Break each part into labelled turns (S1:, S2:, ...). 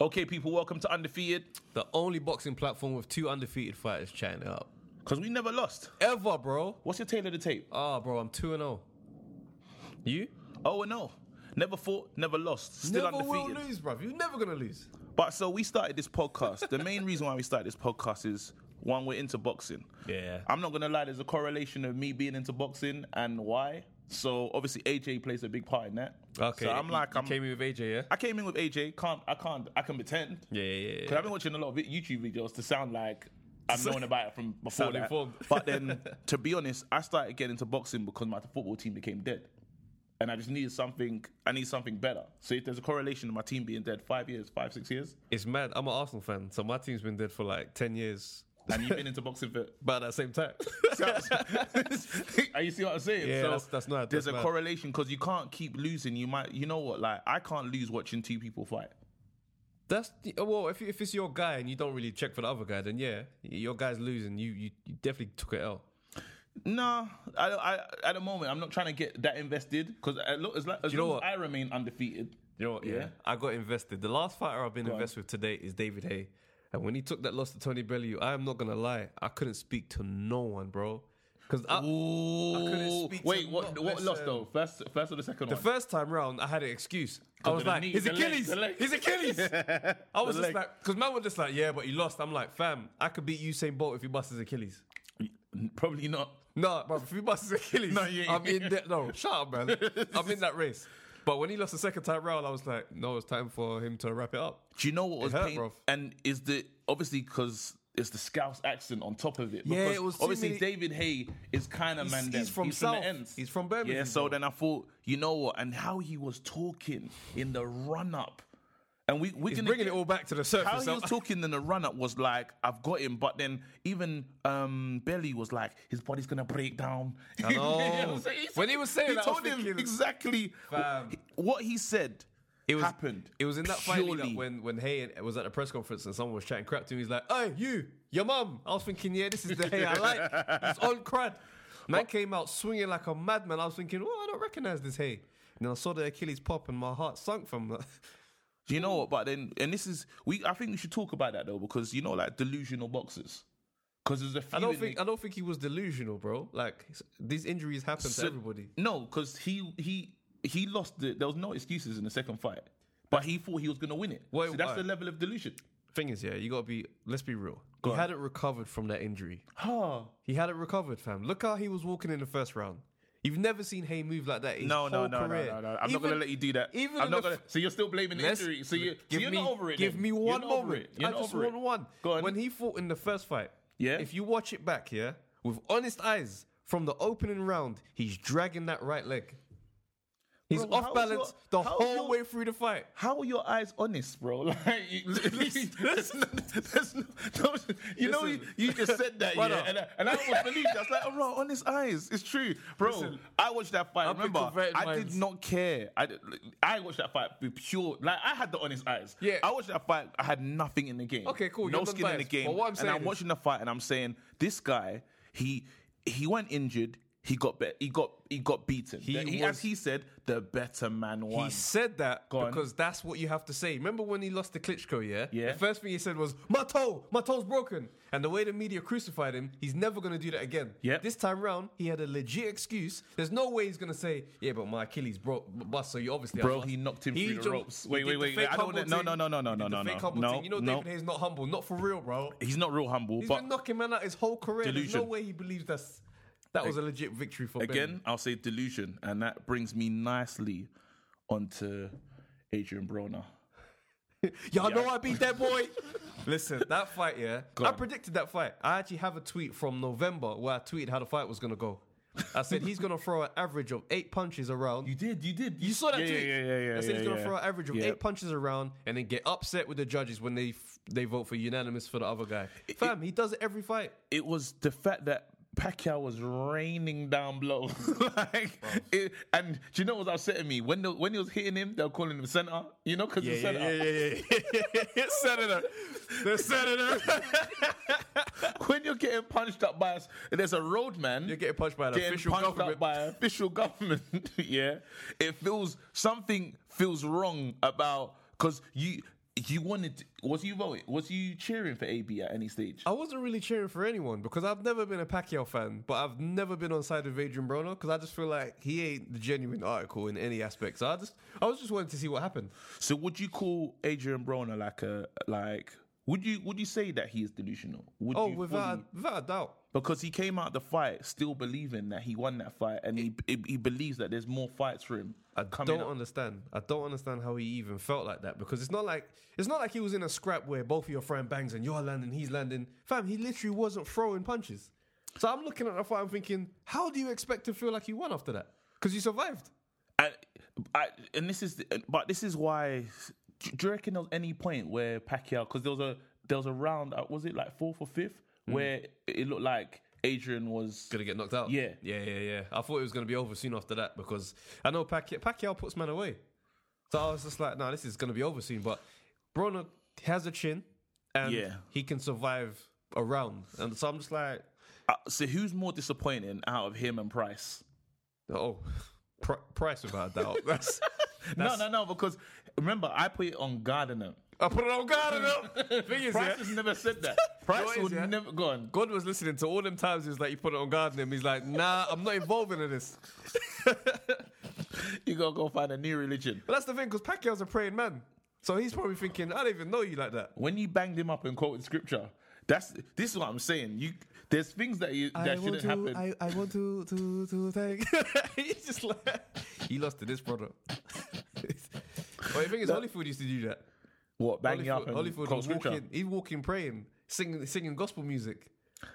S1: Okay, people, welcome to Undefeated.
S2: The only boxing platform with two undefeated fighters chatting it up.
S1: Because we never lost.
S2: Ever, bro.
S1: What's your tail of the tape?
S2: Ah, bro, I'm 2 and 0. You?
S1: Oh, and no. Never fought, never lost. Still
S2: never
S1: undefeated.
S2: will lose, bro. You're never going to lose.
S1: But so we started this podcast. the main reason why we started this podcast is one, we're into boxing.
S2: Yeah.
S1: I'm not gonna lie, there's a correlation of me being into boxing and why. So obviously AJ plays a big part in that.
S2: Okay.
S1: So I'm
S2: you-
S1: like
S2: you
S1: I'm
S2: came in with AJ, yeah?
S1: I came in with AJ, can't I can't I can pretend.
S2: Yeah, yeah,
S1: Because
S2: yeah.
S1: I've been watching a lot of YouTube videos to sound like I've known about it from before.
S2: Sound
S1: that.
S2: informed.
S1: But then, to be honest, I started getting into boxing because my football team became dead, and I just needed something. I need something better. So if there's a correlation of my team being dead five years, five six years,
S2: It's mad. I'm an Arsenal fan, so my team's been dead for like 10 years.
S1: and you've been into boxing for.
S2: About that same time.
S1: Are you see what I'm saying?
S2: Yeah, that's- that's not-
S1: There's
S2: that's
S1: a
S2: mad.
S1: correlation because you can't keep losing. You might, you know what? Like I can't lose watching two people fight.
S2: That's the- oh, well, if, if it's your guy and you don't really check for the other guy, then yeah, your guy's losing. You you, you definitely took it out.
S1: No, I, I at the moment I'm not trying to get that invested because as, lo- as
S2: know
S1: long
S2: what?
S1: as I remain undefeated,
S2: You know what? Yeah.
S1: Yeah.
S2: I got invested. The last fighter I've been
S1: on.
S2: invested with today is David Hay. And when he took that loss to Tony Bellew, I am not going to lie. I couldn't speak to no one, bro. Because couldn't
S1: Ooh.
S2: speak to
S1: Wait,
S2: him.
S1: what?
S2: Not
S1: What loss
S2: listen.
S1: though? First, first or the second
S2: the
S1: one?
S2: first time round, I had an excuse. I was
S1: of the
S2: like,
S1: knee,
S2: his
S1: the leg,
S2: Achilles.
S1: the leg."
S2: His Achilles. I was
S1: The
S2: just
S1: leg.
S2: like, because man was just like, yeah, but he lost. I'm like, fam, I could beat Usain Bolt if he busts his Achilles.
S1: Probably not.
S2: No, bro, if he busts his Achilles,
S1: No, you ain't.
S2: I'm in that. No, shut up, man. I'm in that race. But when he lost the second time round, I was like, no, it's time for him to wrap it up.
S1: Do you know what was
S2: hurt,
S1: pain?
S2: bruv.
S1: And is the obviously because it's the Scouse accent on top of it.
S2: Yeah,
S1: because
S2: it was too
S1: obviously
S2: many-
S1: David Hay is kind of
S2: He's-
S1: man.
S2: he's
S1: them.
S2: from South.
S1: the ends.
S2: He's from Birmingham,
S1: Yeah. So
S2: bro.
S1: then I thought, you know what? And how he was talking in the run up, and we we're
S2: He's
S1: gonna
S2: bringing
S1: get-
S2: it all back to the
S1: How
S2: surface.
S1: he was
S2: I'm-
S1: talking in the run up was like, I've got him, but then even um, Belly was like, his body's gonna break down.
S2: I know.
S1: You what I'm saying? He
S2: When he
S1: said-
S2: was saying
S1: he
S2: that, I
S1: told
S2: was
S1: him
S2: thinking,
S1: exactly
S2: fam.
S1: wh- what he said.
S2: It was,
S1: happened.
S2: It was in that fight
S1: Purely.
S2: when when Hay was at a press conference and someone was chatting crap to him. He's like, "Hey, you, your mum." I was thinking, "Yeah, this is the Hay I like. It's on crud." Man came out swinging like a madman. I was thinking, "Well, I don't recognize this Hay." And then I saw the Achilles pop, and my heart sunk from that.
S1: Do you know what? But then, and this is we. I think we should talk about that though, because you know, like delusional boxers. Because there's a
S2: I
S1: feeling.
S2: don't think I don't think he was delusional, bro. Like these injuries happen to everybody.
S1: No, because he he he lost. The, there was no excuses in the second fight, but he thought he was going to win it.
S2: Wait,
S1: so that's
S2: why?
S1: the level of delusion.
S2: Thing is, yeah, you gotta be. Let's be real. he
S1: on.
S2: hadn't recovered from that injury.
S1: Oh.
S2: He hadn't recovered, fam. Look how he was walking in the first round. You've never seen Hay move like that. His
S1: No, no,
S2: whole
S1: no, no,
S2: career.
S1: no, no. I'm not
S2: Even-
S1: going to let you do that.
S2: even in
S1: I'm not
S2: the
S1: going to.
S2: f-
S1: So you're still blaming the
S2: Let's-
S1: injury. So you, so
S2: give
S1: you're
S2: me,
S1: not over it.
S2: Give
S1: then.
S2: me
S1: You're
S2: one
S1: not over
S2: moment.
S1: it. You're
S2: I
S1: not
S2: just
S1: over
S2: want
S1: it.
S2: one.
S1: Go on.
S2: When he fought in the first fight,
S1: Yeah.
S2: If you watch it back, yeah, with honest eyes from the opening round, he's dragging that right leg. He's
S1: Bro,
S2: off
S1: how's
S2: balance
S1: your-
S2: the
S1: how's
S2: whole
S1: your-
S2: way through the fight.
S1: How are your eyes honest, bro? Like, you, there's no, there's no, you know, you,
S2: Listen.
S1: you just said that, yeah,
S2: Brother.
S1: and I, and I almost believed. you. I was like, oh, bro, honest eyes, it's true, bro.
S2: Listen.
S1: I watched that fight.
S2: I've been
S1: remember,
S2: converted
S1: I
S2: minds.
S1: did not care. I, did- I watched that fight with pure, like, I had the honest eyes.
S2: Yeah.
S1: I watched that fight. I had nothing in the game.
S2: Okay, cool,
S1: No
S2: you're
S1: skin in the
S2: non-biased,
S1: game.
S2: but what I'm
S1: and
S2: saying
S1: I'm
S2: is-
S1: watching the fight, and I'm saying, this guy, he he went injured. He got be- he got he got beaten.
S2: He
S1: The- He,
S2: was-
S1: as he said, the better man
S2: He
S1: won.
S2: said that
S1: on.
S2: because that's what you have to say. Remember when he lost to Klitschko, yeah?
S1: Yeah.
S2: The first thing he said was, My toe, my toe's broken. And the way the media crucified him, he's never going to do that again.
S1: Yep.
S2: This time round, he had a legit excuse. There's no way he's going to say, Yeah, but my Achilles broke, b- bust, so you obviously.
S1: Bro,
S2: lost."
S1: he knocked him through the
S2: jumped-
S1: ropes.
S2: he
S1: Wait,
S2: did
S1: wait,
S2: the
S1: wait,
S2: fake
S1: I don't
S2: humble
S1: wanna- no,
S2: thing.
S1: no, no, no, no,
S2: He did
S1: no,
S2: the
S1: no,
S2: fake
S1: no,
S2: humble
S1: no,
S2: thing. You know,
S1: no.
S2: David Hayes not humble, not for real, bro.
S1: He's not real humble,
S2: He's
S1: but
S2: been knocking man out his whole career. There's
S1: Delusion.
S2: no way he believes that's, that was a legit victory for Ben.
S1: again, I'll say delusion, and that brings me nicely onto Adrian Broner.
S2: Y'all know I beat that boy. Listen, that fight, yeah. I
S1: on.
S2: predicted that fight. I actually have a tweet from November where I tweeted how the fight was gonna go. I said he's gonna throw an average of eight punches around. You,
S1: did, you did,
S2: saw that
S1: yeah,
S2: tweet.
S1: Yeah, yeah, yeah, yeah.
S2: I said he's
S1: yeah,
S2: gonna
S1: yeah.
S2: throw an average of
S1: Yeah.
S2: eight punches around and then get upset with the judges when they f- they vote for unanimous for the other guy. Fam, he does it every fight.
S1: It was the fact that Pacquiao was raining down blows, like, it, and do you know what was upsetting me when the, when he was hitting him, they were calling him center, you know, because he's center.
S2: senator, the senator.
S1: when you're getting punched up by, us, there's a roadman.
S2: You're getting punched by an
S1: getting
S2: official
S1: punched
S2: government.
S1: up by an official government. yeah, it feels something feels wrong about because you you wanted. Was you voting? Was you cheering for AB at any stage?
S2: I wasn't really cheering for anyone because I've never been a Pacquiao fan, but I've never been on side of Adrian Broner because I just feel like he ain't the genuine article in any aspect. So I just, I was just wanting to see what happened.
S1: So would you call Adrian Broner like a like? Would you would you say that he is delusional? Would
S2: Oh,
S1: you
S2: without,
S1: fully-
S2: a, without a doubt.
S1: because he came out the fight still believing that he won that fight, and he he, he believes that there's more fights for him. uh,
S2: I
S1: coming
S2: don't
S1: up.
S2: understand. I don't understand how he even felt like that because it's not like it's not like he was in a scrap where both of your friend bangs and you're landing, he's landing. Fam, he literally wasn't throwing punches. So I'm looking at the fight, I'm thinking, how do you expect to feel like you won after that? Because you survived.
S1: I, I, and this is, but this is why. Do you reckon there was any point where Pacquiao? Because there was a there was a round. uh, Was it like fourth or fifth
S2: Mm.
S1: where it looked like Adrian was
S2: Gonna get knocked out.
S1: Yeah.
S2: yeah, yeah, yeah. I thought it was gonna be over soon after that because I know Pacquiao, Pacquiao puts man away. So I was just like, nah, this is gonna be over soon. But Broner has a chin, and
S1: Yeah.
S2: he can survive a round. And so I'm just like,
S1: Uh, so who's more disappointing out of him and Price?
S2: Oh, pr- price without a doubt. That's,
S1: no, no, no. Because remember, I put it on Gardner.
S2: I put it on God and them. Thing is,
S1: Price
S2: yeah,
S1: has never said that.
S2: What
S1: Price
S2: is
S1: would
S2: it?
S1: never go on.
S2: God was listening to all them times. He was like, "You put it on God and them." He's like, "Nah, I'm not involved in this."
S1: You gotta go find a new religion.
S2: But that's the thing, because Pacquiao's a praying man, so he's probably thinking, "I don't even know you like that."
S1: When you banged him up and quoted scripture, that's this is what I'm saying. You there's things that you that shouldn't happen.
S2: I want to to to thank. he's just like he lost to this brother. But the thing is, Holyfield used to do that.
S1: what bang you up
S2: Holyfield,
S1: and
S2: Holyfield
S1: quote
S2: was
S1: scripture?
S2: walking, he's walking, praying, singing, singing gospel music.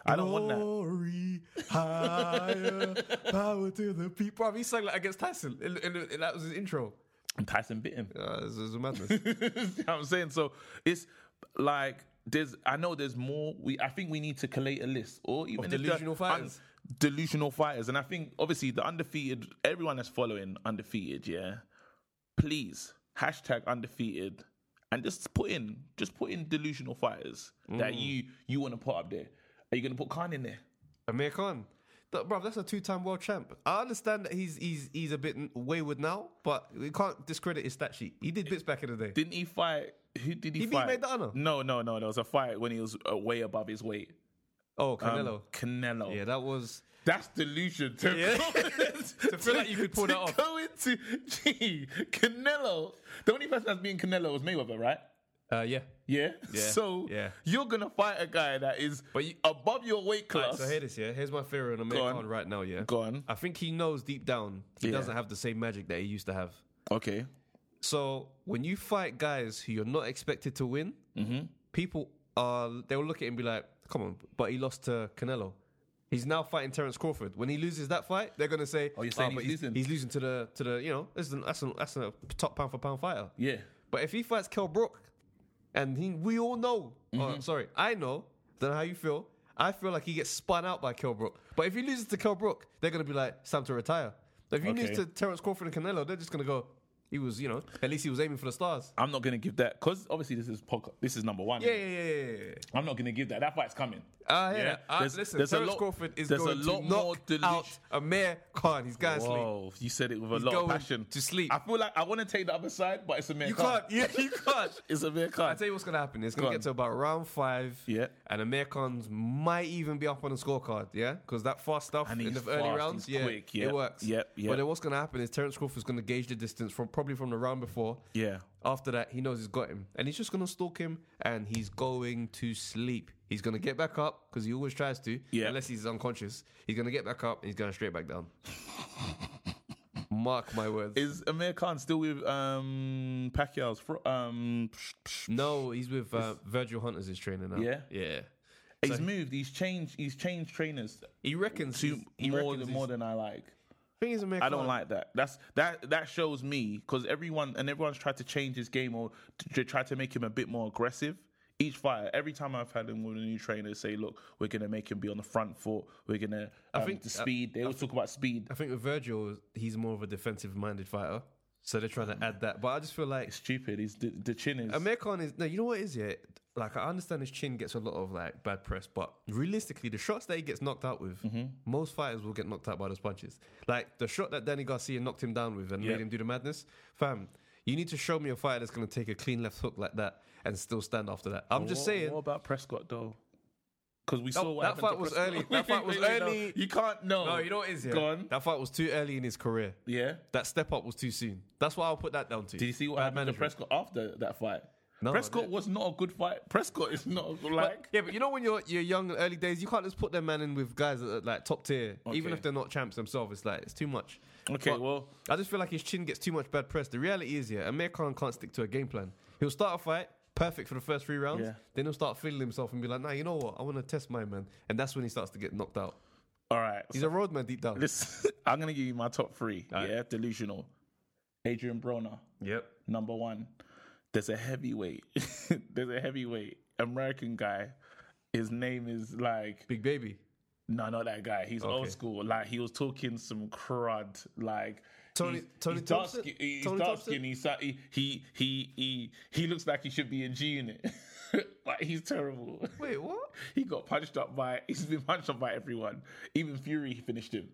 S1: I don't want that.
S2: Glory, higher, power to the people. Bruv, he sang like against Tyson. and that was his intro.
S1: And Tyson bit him.
S2: Uh, this is madness.
S1: You know what I'm saying so. It's like there's. I know there's more. We I think we need to collate a list or even if the-
S2: delusional fighters.
S1: un- delusional fighters, and I think obviously the undefeated. Everyone that's following undefeated, yeah. Please hashtag undefeated, and just put in just put in delusional fighters that you you want to put up there. Are you gonna put Khan in there?
S2: Amir Khan. That, bruv, that's a two-time world champ. I understand that he's he's he's a bit wayward now, but we can't discredit his stat sheet. He did bits back in the day.
S1: Didn't he fight? Who did he,
S2: He beat
S1: fight?
S2: Maidana.
S1: No, no, no. There was a fight when he was uh, way above his weight.
S2: Oh,
S1: Um,
S2: Canelo.
S1: Canelo.
S2: yeah, that was.
S1: That's delusion to,
S2: Yeah.
S1: go
S2: To feel like you could pull
S1: to
S2: that off.
S1: Go into gee, Canelo. The only person that's beating Canelo was Mayweather, right?
S2: Uh, yeah.
S1: Yeah.
S2: Yeah,
S1: So
S2: yeah.
S1: you're gonna fight a guy that is
S2: But you-
S1: above your weight
S2: Alright,
S1: class.
S2: so here this, yeah. Here's my theory on Amir
S1: Go on.
S2: Khan right now, yeah.
S1: Go on.
S2: I think he knows deep down he
S1: Yeah.
S2: doesn't have the same magic that he used to have.
S1: Okay.
S2: So when you fight guys who you're not expected to win,
S1: Mm-hmm.
S2: people are they will look at it and be like, "Come on!" But he lost to Canelo. He's now fighting Terence Crawford. When he loses that fight, they're gonna say,
S1: Oh, you're saying
S2: but
S1: he's losing."
S2: He's losing to the to the you know this is an, that's an, that's a top pound for pound fighter."
S1: Yeah.
S2: But if he fights Kel Brook, and he, we all know, oh,
S1: Mm-hmm.
S2: sorry, I know, I don't know how you feel. I feel like he gets spun out by Kel Brook. But if he loses to Kel Brook, they're going to be like, it's time to retire. If you
S1: Okay.
S2: lose to Terence Crawford and Canelo, they're just going to go, he was, you know, at least he was aiming for the stars.
S1: I'm not gonna give that because obviously this is podcast. This is number one.
S2: Yeah, yeah, yeah, yeah, yeah.
S1: I'm not gonna give that. That fight's coming.
S2: Uh, yeah.
S1: Yeah.
S2: Uh,
S1: There's-
S2: listen,
S1: there's a
S2: Terence
S1: lot-
S2: Crawford is
S1: there's a
S2: going
S1: lot
S2: to knock
S1: more delu-
S2: out Amir Khan. He's going to sleep.
S1: Whoa, you said it with a
S2: He's
S1: lot of
S2: going
S1: passion.
S2: to sleep.
S1: I feel like I want to take the other side, but it's a mere
S2: You can't. Yeah, you can't.
S1: It's a mere
S2: I
S1: card.
S2: tell you what's gonna happen. It's
S1: Go
S2: gonna
S1: on.
S2: get to about round five.
S1: Yeah.
S2: And Americans might even be up on the scorecard. Yeah. Because that fast stuff
S1: And
S2: in
S1: he's
S2: the early
S1: fast,
S2: rounds,
S1: he's
S2: yeah,
S1: quick, yep,
S2: it works.
S1: yep, yep.
S2: But then what's gonna happen is Terence Crawford's gonna gauge the distance from probably from the round before.
S1: Yeah.
S2: After that, he knows he's got him, and he's just gonna stalk him, and he's going to sleep. He's gonna get back up because he always tries to.
S1: Yeah.
S2: Unless he's unconscious, he's gonna get back up and he's going straight back down. Mark my words.
S1: Is Amir Khan still with um, Pacquiao's? Fr- um, psh, psh.
S2: no, he's with uh, Virgil Hunter's his trainer now.
S1: Yeah?
S2: Yeah.
S1: he's moved. He's changed. He's changed trainers
S2: He reckons
S1: to
S2: he's- he
S1: more
S2: reckons
S1: than
S2: he's-
S1: more than I like.
S2: Thing is, Amir
S1: I don't
S2: Khan-
S1: like that. That's that. That shows me because everyone and everyone's tried to change his game or t- to try to make him a bit more aggressive. Each fighter, every time I've had him with a new trainer, say, "Look, we're gonna make him be on the front foot. We're gonna." I
S2: think-
S1: think the speed. They always talk about speed.
S2: I think with Virgil, he's more of a defensive-minded fighter, so they're trying to add that. But I just feel like
S1: Mm. It's stupid. He's the, the chin is.
S2: Amir Khan is no. You know what it is yeah? Like I understand his chin gets a lot of like bad press, but realistically, the shots that he gets knocked out with,
S1: Mm-hmm.
S2: most fighters will get knocked out by those punches. Like the shot that Danny Garcia knocked him down with and
S1: Yeah.
S2: made him do the madness, fam. You need to show me a fighter that's going to take a clean left hook like that and still stand after that. I'm just saying.
S1: What about Prescott though? Because we
S2: That-
S1: saw what
S2: that
S1: happened to
S2: fight was
S1: Prescott.
S2: early. That
S1: Wait,
S2: fight was
S1: wait, wait, no.
S2: early.
S1: You can't know.
S2: no, you know what it is yeah.
S1: Gone.
S2: That fight was too early in his career.
S1: yeah.
S2: That step up was too soon. That's why I'll put that down to.
S1: Did you see what
S2: Bad
S1: happened to
S2: management.
S1: Prescott after that fight?
S2: No,
S1: Prescott
S2: yeah.
S1: was not a good fight. Prescott is not a good, like.
S2: Uh, Yeah, but you know when you're you're young, in early days, you can't just put them man in with guys that are like top tier, even
S1: Okay.
S2: if they're not champs themselves. It's like it's too much.
S1: Okay,
S2: But
S1: well-
S2: I just feel like his chin gets too much bad press. The reality is, yeah, Amir Khan can't stick to a game plan. He'll start a fight. Perfect for the first three rounds.
S1: Yeah.
S2: Then he'll start feeling himself and be like, "Nah, you know what? I want to test my man." And that's when he starts to get knocked out.
S1: All right.
S2: He's a roadman deep down.
S1: This I'm gonna give you my top three.
S2: right.
S1: Yeah, delusional. Adrian Broner,
S2: Yep.
S1: number one. There's a heavyweight. There's a heavyweight American guy. His name is like
S2: Big baby.
S1: no, not that guy. He's old
S2: Okay.
S1: school. Like he was talking some crud. Like
S2: Tony-
S1: he's,
S2: Tony
S1: he's dark
S2: Thompson?
S1: skin. He's
S2: Tony
S1: dark
S2: Thompson?
S1: skin. He's sa- he, he he he he looks like he should be in G Unit. like he's terrible.
S2: Wait, what?
S1: He got punched up by. He's been punched up by everyone. Even Fury finished him.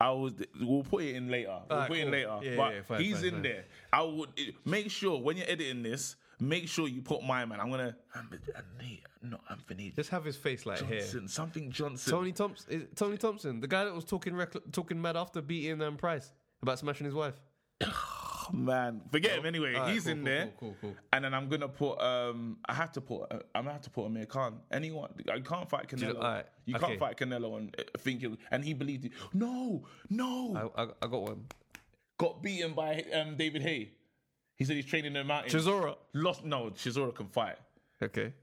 S1: I was. We'll put it in later. We'll
S2: Alright,
S1: put it in
S2: cool.
S1: later.
S2: Yeah,
S1: but
S2: yeah, fine,
S1: he's
S2: fine,
S1: in
S2: fine.
S1: there. I would make sure when you're editing this, make sure you put my man. I'm gonna. I'm, no, Anthony
S2: Just have his face like here.
S1: Johnson. Something Johnson.
S2: Tony Thompson. Is it Tony Thompson, the guy that was talking rec- talking mad after beating um, Price about smashing his wife.
S1: Oh, man, forget him anyway.
S2: Alright,
S1: he's
S2: cool,
S1: in
S2: cool,
S1: there.
S2: cool, cool, cool.
S1: And then I'm gonna put. Um, I have to put. Uh, I'm gonna have to put Amir Khan. Anyone? I can't fight Canelo.
S2: know- alright,
S1: You
S2: okay.
S1: can't fight Canelo and uh, think you. And he believed it. No, no.
S2: I, I, I got one.
S1: got beaten by um, David Hay. He said he's training in the mountains.
S2: Chisora.
S1: Lost. No, Chisora can fight.
S2: Okay.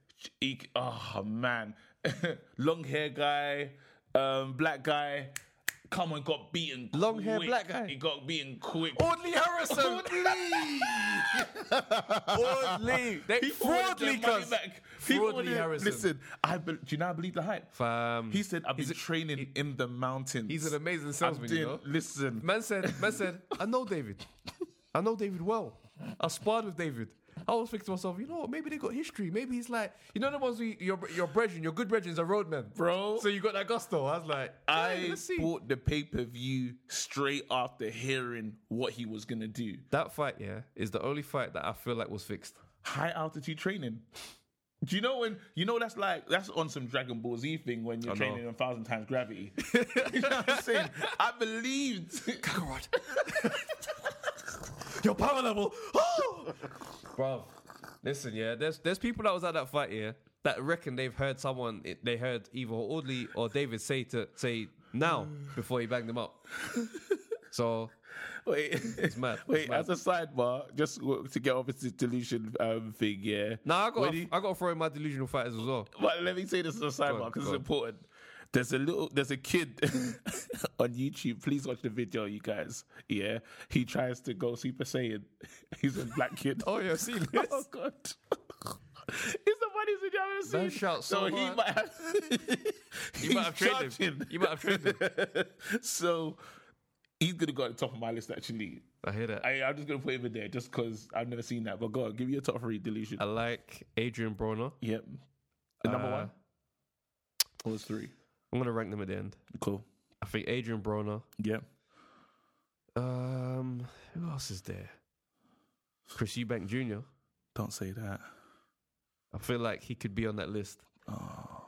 S1: He, oh man, long hair guy, um, black guy. Come on, got beaten.
S2: Long hair
S1: quick.
S2: black guy?
S1: He got beaten quick.
S2: Audley Harrison. Audley. They
S1: People wanted their
S2: fraudly
S1: money
S2: cuz.
S1: back. People
S2: Fraudly
S1: wanted-
S2: Harrison.
S1: Listen, I be, do you know I believe the hype?
S2: Fam.
S1: He said I've been
S2: He's a-
S1: training in the mountains.
S2: He's an amazing
S1: I
S2: salesman, you know.
S1: didn't- Listen,
S2: Man said, man said, I know David. I know David well. I sparred with David. I was thinking to myself, you know what? Maybe they got history. Maybe he's like, you know, the ones who your your brethren, your good brethren, is a roadman,
S1: Bro.
S2: So you got that gusto. I was like, hey,
S1: I
S2: let's see.
S1: bought the pay per view straight after hearing what he was gonna do.
S2: that fight, yeah, is the only fight that I feel like was fixed.
S1: high altitude training. Do you know when you know that's like that's on some Dragon Ball Z thing when you're
S2: I know.
S1: training a thousand times gravity. you know what I'm saying? I believed.
S2: Kakarot. Your power level. Oh! Bruv, listen, yeah, there's there's people that was at that fight, yeah, that reckon they've heard someone, it- they heard either Audley or David say to say now before he banged them up. So,
S1: Wait, it's
S2: mad, it's
S1: Wait,
S2: mad.
S1: as a sidebar, just w- to get off this delusion um, thing, yeah.
S2: now I got
S1: When
S2: to
S1: you-
S2: I got to throw in my delusional fighters as well.
S1: but let me say this as a sidebar
S2: on,
S1: because it's
S2: go on.
S1: important. There's a little, there's a kid on YouTube. Please watch the video, you guys. Yeah, he tries to go Super Saiyan. He's a black kid.
S2: Oh yeah, see this.
S1: Oh god. It's the funniest video I've ever seen.
S2: Man shouts so
S1: he
S2: hard.
S1: might have.
S2: You might have trained him. You might have trained him.
S1: so he's gonna go at the top of my list. Actually,
S2: I hear that. I,
S1: I, I'm just gonna put him in there just because I've never seen that. But go on, give me your top three delusion.
S2: like Adrian Broner.
S1: yep. The number
S2: Uh,
S1: one. What was three?
S2: I'm gonna rank them at the end.
S1: Cool.
S2: I think Adrian Broner.
S1: Yep.
S2: Um, who else is there? Chris Eubank Jr.
S1: Don't say that.
S2: I feel like he could be on that list.
S1: Oh.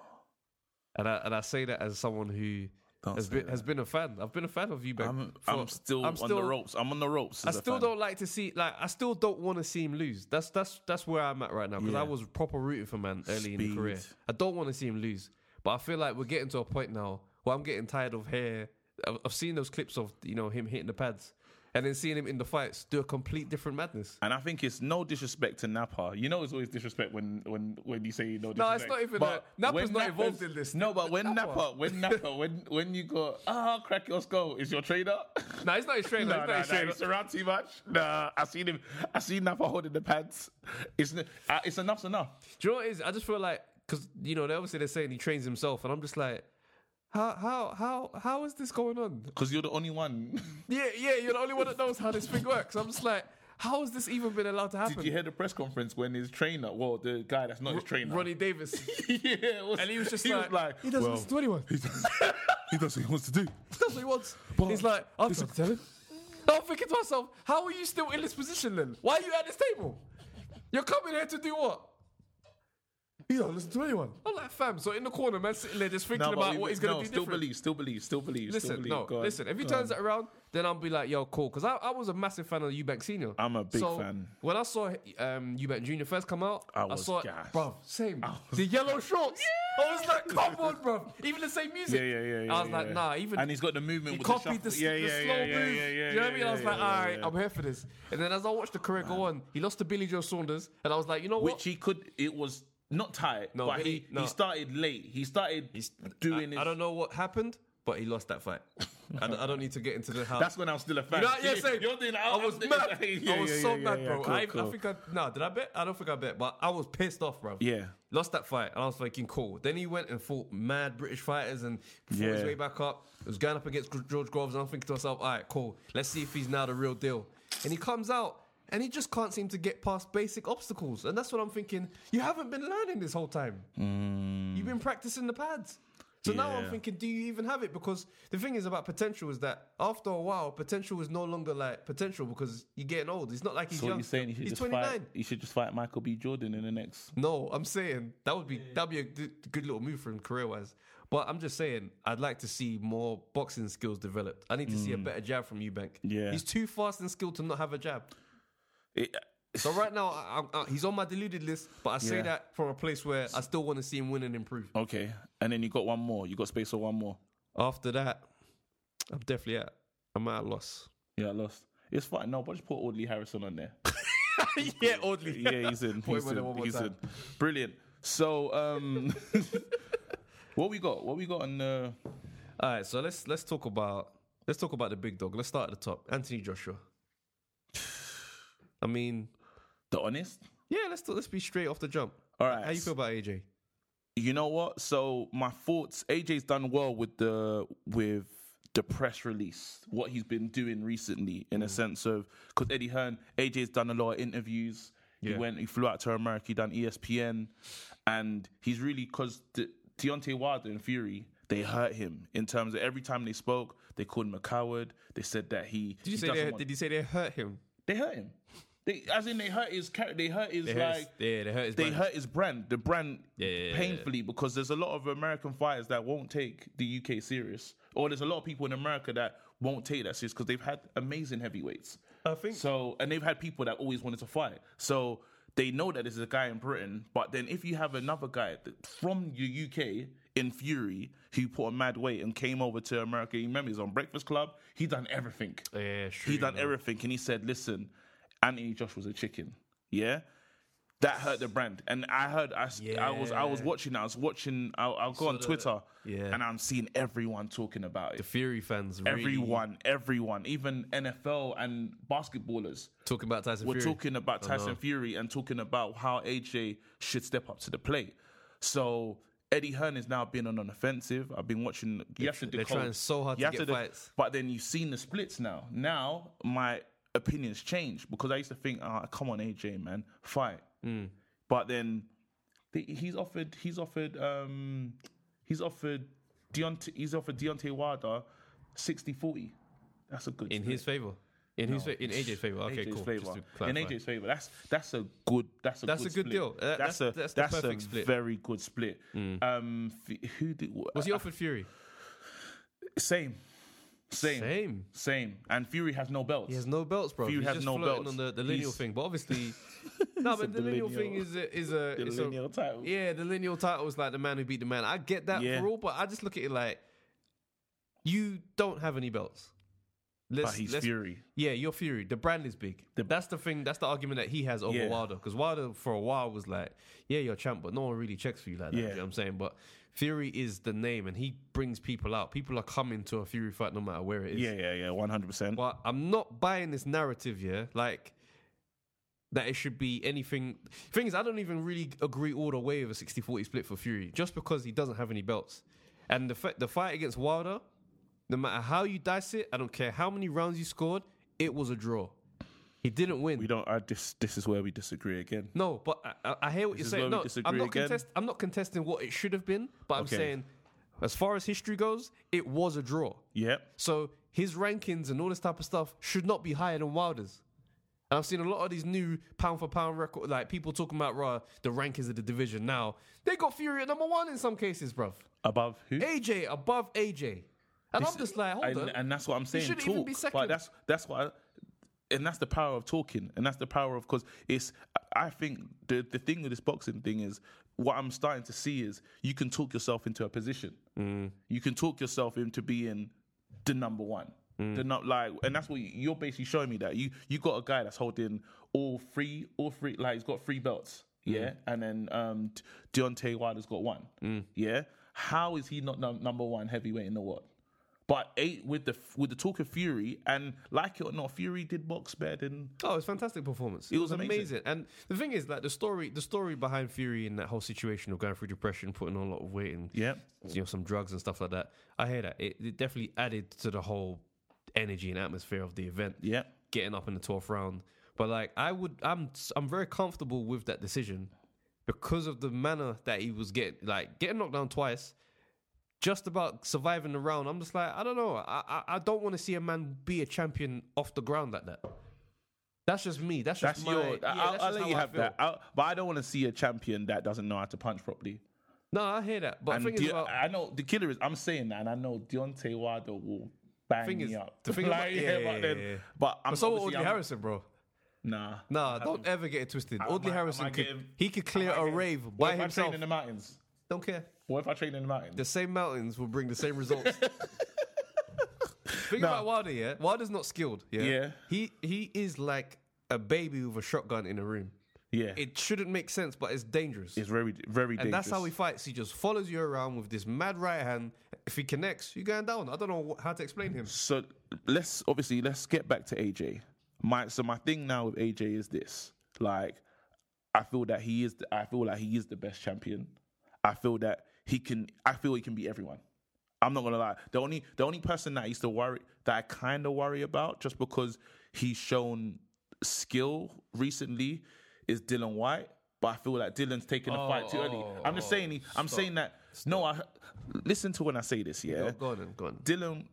S2: And I and I say that as someone who
S1: Don't
S2: has
S1: say
S2: been has been a fan. I've been a fan of Eubank.
S1: I'm,
S2: for-
S1: I'm still on the ropes. I'm on the ropes.
S2: I still don't like to see like I still don't want to see him lose. That's that's that's where I'm at right now because
S1: Yeah.
S2: I was proper rooting for man early in the
S1: Speed.
S2: career. I don't want to see him lose, but I feel like we're getting to a point now where I'm getting tired of hair. I've, I've seen those clips of you know him hitting the pads, and then seeing him in the fights do a complete different madness.
S1: And I think it's no disrespect to Napa. You know, it's always disrespect when when when you say no. Disrespect.
S2: No, it's not even a- Napa's
S1: when
S2: not involved in this.
S1: No, but when
S2: Napa.
S1: Napa, when Napa, when when you go, ah, crack your skull is your trainer.
S2: No, he's not his trainer.
S1: No, no,
S2: he's not
S1: no,
S2: his trainer.
S1: it's around too much. Nah, I seen him. I seen Napa holding the pads. It's n- uh, it's enough's enough.
S2: Do you know what it is? I just feel like because you know they obviously they're saying he trains himself, and I'm just like, how how how how is this going on?
S1: Because you're the only one.
S2: Yeah, yeah, you're the only one that knows how this thing works. I'm just like, how has this even been allowed to happen?
S1: Did you hear the press conference when his trainer, well, the guy that's not his trainer,
S2: Ronnie Davis,
S1: yeah, it was-
S2: and he was just like, he doesn't
S1: well,
S2: listen to anyone. He
S1: he does what he wants to do.
S2: does what he wants. He's like, I'm trying to tell him. I'm thinking to myself, how are you still in this position then? Why are you at this table? You're coming here to do what? He don't listen to anyone. I'm like, fam. So in the corner, man, sitting there just thinking
S1: but
S2: about
S1: we-
S2: what
S1: we-
S2: he's gonna
S1: no,
S2: do.
S1: Still
S2: different.
S1: believe, still believe, still believe. still
S2: Listen,
S1: believe. Oh.
S2: no,
S1: Go on.
S2: listen. If he
S1: Go
S2: turns
S1: on.
S2: it around, then I'll be like, yo, cool. Because I, I was a massive fan of Eubank Senior.
S1: I'm a big
S2: So,
S1: fan.
S2: When I saw um, Eubank Junior first come out,
S1: I
S2: I,
S1: was
S2: saw
S1: gassed.
S2: bro, same. The yellow shorts. I was like, come on, bro. Even the same music.
S1: yeah, yeah, yeah, yeah.
S2: I was like,
S1: yeah.
S2: nah. Even
S1: and he's got the movement.
S2: he
S1: with
S2: copied the,
S1: the,
S2: s-
S1: shuffle.
S2: the slow move. you know what I mean? I was like, all right, I'm here for this. And then as I watched the career go on, he lost to Billy Joe Saunders, and I was like, you know what?
S1: which he could. It was not tight,
S2: No,
S1: but
S2: Billy-
S1: he,
S2: no.
S1: he started late. He started doing.
S2: I,
S1: his,
S2: I don't know what happened, but he lost that fight. I, don't, I don't need to get into the how.
S1: That's when I was still a fan.
S2: You know, yeah, same.
S1: You're doing.
S2: I was mad.
S1: Yeah,
S2: I was
S1: yeah,
S2: so
S1: yeah,
S2: mad,
S1: yeah,
S2: bro.
S1: cool,
S2: I, I
S1: cool.
S2: think I no, did I bet? I don't think I bet, but I was pissed off, bro.
S1: Yeah.
S2: Lost that fight, and I was thinking, cool. Then he went and fought mad British fighters and fought his
S1: Yeah.
S2: way back up. He was going up against Gr- George Groves, and I'm thinking to myself, all right, cool. Let's see if he's now the real deal. And he comes out, and he just can't seem to get past basic obstacles. And that's what I'm thinking. You haven't been learning this whole time.
S1: Mm.
S2: You've been practicing the pads. So now I'm
S1: Yeah.
S2: thinking, do you even have it? Because the thing is about potential is that after a while, potential is no longer like potential because you're getting old. It's not like he's
S1: So
S2: young.
S1: you're saying he should
S2: he's
S1: just fight? He should just fight Michael B. Jordan in the next.
S2: No, I'm saying that would be that'd be a good, good little move for him career wise. But I'm just saying, I'd like to see more boxing skills developed. I need to see a better jab from
S1: Mm.
S2: Eubank.
S1: Yeah.
S2: he's too fast and skilled to not have a jab.
S1: It-
S2: So right now, I, I, I, he's on my deluded list, but I say
S1: Yeah.
S2: that from a place where I still want to see him win and improve.
S1: okay, and then you got one more. You got space for one more.
S2: After that, I'm definitely at I'm at a loss.
S1: Yeah, I lost. It's fine. No, but just put Audley Harrison on there.
S2: yeah, oddly.
S1: yeah, he's in.
S2: Wait,
S1: He's,
S2: wait,
S1: in.
S2: one more
S1: he's
S2: time.
S1: in. Brilliant. So, um, what we got? What we got on uh,
S2: All right, so let's let's talk about let's talk about the big dog. Let's start at the top. Anthony Joshua. I mean,
S1: the honest?
S2: yeah, let's let's be straight off the jump.
S1: All right.
S2: How you feel about AJ?
S1: You know what? So my thoughts. AJ's done well with the with the press release. What he's been doing recently,
S2: Mm.
S1: in a sense of because Eddie Hearn, AJ's done a lot of interviews. He
S2: Yeah.
S1: went. He flew out to America. He done E ESPN, and he's really because De- Deontay Wilder and Fury. They hurt him in terms of every time they spoke, they called him a coward. They said that he.
S2: Did you
S1: he
S2: say
S1: doesn't
S2: they,
S1: want-
S2: did you say they hurt him?
S1: They hurt him. They, as in, they hurt his character. They hurt his
S2: They hurt his,
S1: like.
S2: yeah, they hurt his
S1: They
S2: brand.
S1: hurt his brand, the brand
S2: yeah,
S1: painfully, because there's a lot of American fighters that won't take the UK serious, or there's a lot of people in America that won't take that serious because they've had amazing heavyweights.
S2: I think-
S1: so, and they've had people that always wanted to fight. So they know that this is a guy in Britain, but then if you have another guy that, from the UK in Fury who put a mad weight and came over to America, you remember he's on Breakfast Club. He done everything
S2: Yeah,
S1: he
S2: sure.
S1: done everything and he said, listen, Anthony Josh was a chicken. Yeah. That hurt the brand. And I heard I, s- I was I was
S2: Yeah.
S1: watching, I was watching I'll, I'll go on
S2: the-
S1: Twitter
S2: yeah.
S1: and I'm seeing everyone talking about
S2: The
S1: it.
S2: Fury fans really
S1: Everyone, everyone, even NFL and basketballers
S2: talking about Tyson
S1: we're
S2: Fury.
S1: talking about Tyson Fury and talking about how AJ should step up to the plate. So Eddie Hearn is now being on an offensive. I've been watching. You have to
S2: tr- they're
S1: decode-
S2: trying so hard
S1: you
S2: to
S1: have
S2: get
S1: de-
S2: fights.
S1: But then you've seen the splits now. Now my opinions change because I used to think, ah, come on, AJ, man, fight.
S2: Hmm.
S1: But then they- he's offered. He's offered. um He's offered. Deontay, he's offered Deontay Wilder 60-40. That's a good
S2: in
S1: split.
S2: his favor. In his fa- in AJ's favor. Okay,
S1: AJ's
S2: cool.
S1: favor.
S2: Just to
S1: in
S2: clarify.
S1: AJ's favor. That's that's a good. That's a
S2: That's
S1: good
S2: a good
S1: split.
S2: deal. Uh, That-
S1: that's,
S2: that's-
S1: a
S2: that's
S1: that's,
S2: the perfect
S1: a
S2: split. Mm.
S1: very good split. Um, f- who did
S2: was he offered Fury?
S1: same, same,
S2: Same.
S1: same? And Fury has no belts.
S2: He has no belts, bro.
S1: Fury
S2: He's
S1: has
S2: just
S1: no
S2: floating
S1: belts.
S2: on the, the lineal
S1: He's-
S2: thing, but obviously, no, but the lineal thing is a, is a,
S1: the
S2: it's a-
S1: lineal title.
S2: Yeah, the lineal title is like the man who beat the man. I get that
S1: Yeah.
S2: for all, but I just look at it like you don't have any belts. Let's,
S1: but he's
S2: let's-
S1: Fury.
S2: Yeah, you're Fury. The brand is big. that's the thing. That's the argument that he has over
S1: Yeah.
S2: Wilder because Wilder for a while was like, yeah, you're champ, but no one really checks for you like that. You
S1: Yeah.
S2: know what I'm saying? But Fury is the name, and he brings people out. People are coming to a Fury fight no matter where it is.
S1: Yeah, yeah, yeah. One hundred percent.
S2: But I'm not buying this narrative, yeah? Like, that it should be anything. Thing is, I don't even really agree all the way with a 60 40 split for Fury just because he doesn't have any belts. And the, fi- the fight against Wilder, no matter how you dice it, I don't care how many rounds you scored, it was a draw. He didn't win.
S1: We don't. I, this this is where we disagree again.
S2: No, but I- I, I hear what
S1: is
S2: you're saying.
S1: where we
S2: No, I'm
S1: disagree
S2: not,
S1: again.
S2: contest, I'm not contesting what it should have been, but I'm
S1: Okay.
S2: saying, as far as history goes, it was a draw.
S1: Yep.
S2: So his rankings and all this type of stuff should not be higher than Wilder's. And I've seen a lot of these new pound for pound record, like people talking about raw the rankings of the division now. They got Fury at number one in some cases, bruv.
S1: Above who?
S2: AJ above AJ, and I'm just like, hold
S1: and,
S2: on.
S1: and that's what I'm saying.
S2: shouldn't
S1: talk,
S2: even be second.
S1: But that's that's what, I, and that's the power of talking, and that's the power of because it's. I- I think the the thing with this boxing thing is what I'm starting to see is you can talk yourself into a position. You can talk yourself into being the number one. The not like, and that's what you, you're basically showing me that you you got a guy that's holding all three, all three, like he's got three belts, yeah, and then um D- Deontay Wilder's got one, yeah. How is he not num- number one heavyweight in the world? But eight with the with the talk of Fury and like it or not, Fury did box better than
S2: Oh, it's fantastic performance. It,
S1: was amazing.
S2: And the thing is, like the story, the story behind Fury in that whole situation of going through depression, putting on a lot of weight, and
S1: yeah.
S2: you know some drugs and stuff like that. I hear that it, it definitely added to the whole energy and atmosphere of the event.
S1: Yeah.
S2: getting up in the twelfth round. But like I would, I'm I'm very comfortable with that decision because of the manner that he was getting like getting knocked down twice. Just about surviving the round, I'm just like I don't know. I I, I don't want to see a man be a champion off the ground like that. That's just me. That's
S1: That's
S2: just my.
S1: your.
S2: yeah,
S1: I'll,
S2: that's
S1: I'll
S2: just
S1: let
S2: how
S1: you
S2: I
S1: have
S2: feel.
S1: that. I'll, but I don't want to see a champion that doesn't know how to punch properly.
S2: No, I hear that. But the
S1: And
S2: thing is,
S1: De-
S2: about,
S1: I know the killer is. I'm saying that, and I know Deontay Wilder will bang
S2: Thing
S1: me
S2: is-
S1: up.
S2: the thing about- yeah, yeah,
S1: but then,
S2: yeah, yeah.
S1: but I'm
S2: but so
S1: obviously
S2: Audley
S1: I'm-
S2: Harrison, bro.
S1: Nah,
S2: Nah, don't ever get it twisted.
S1: I
S2: Audley
S1: might- I
S2: Harrison
S1: might
S2: could
S1: get him-
S2: he could clear
S1: I
S2: a
S1: get-
S2: rave
S1: What
S2: by
S1: if I
S2: himself.
S1: train in the mountains?
S2: Don't care.
S1: What if I train in the mountains?
S2: the same mountains will bring the same results. Think about Wilder, yeah. Wilder's not skilled, yeah?
S1: Yeah.
S2: He he is like a baby with a shotgun in a room.
S1: yeah,
S2: It shouldn't make sense, but it's dangerous.
S1: it's very, very
S2: and
S1: dangerous.
S2: that's how he fights. He just follows you around with this mad right hand. If he connects, you're going down. I don't know wh- how to explain him.
S1: so let's obviously let's get back to AJ. My so my thing now with AJ is this: like, I feel that he is. The, I feel like he is the best champion. I feel that he can. I feel he can be everyone. I'm not gonna lie. The only the only person that I used to worry that I kind of worry about just because he's shown skill recently is Dylan White. But I feel like Dylan's taking the fight too early.
S2: oh,
S1: I'm just saying. He, I'm saying that. No, I listen to when I say this. Yeah.
S2: Oh, go on, then, go on.
S1: Dylan,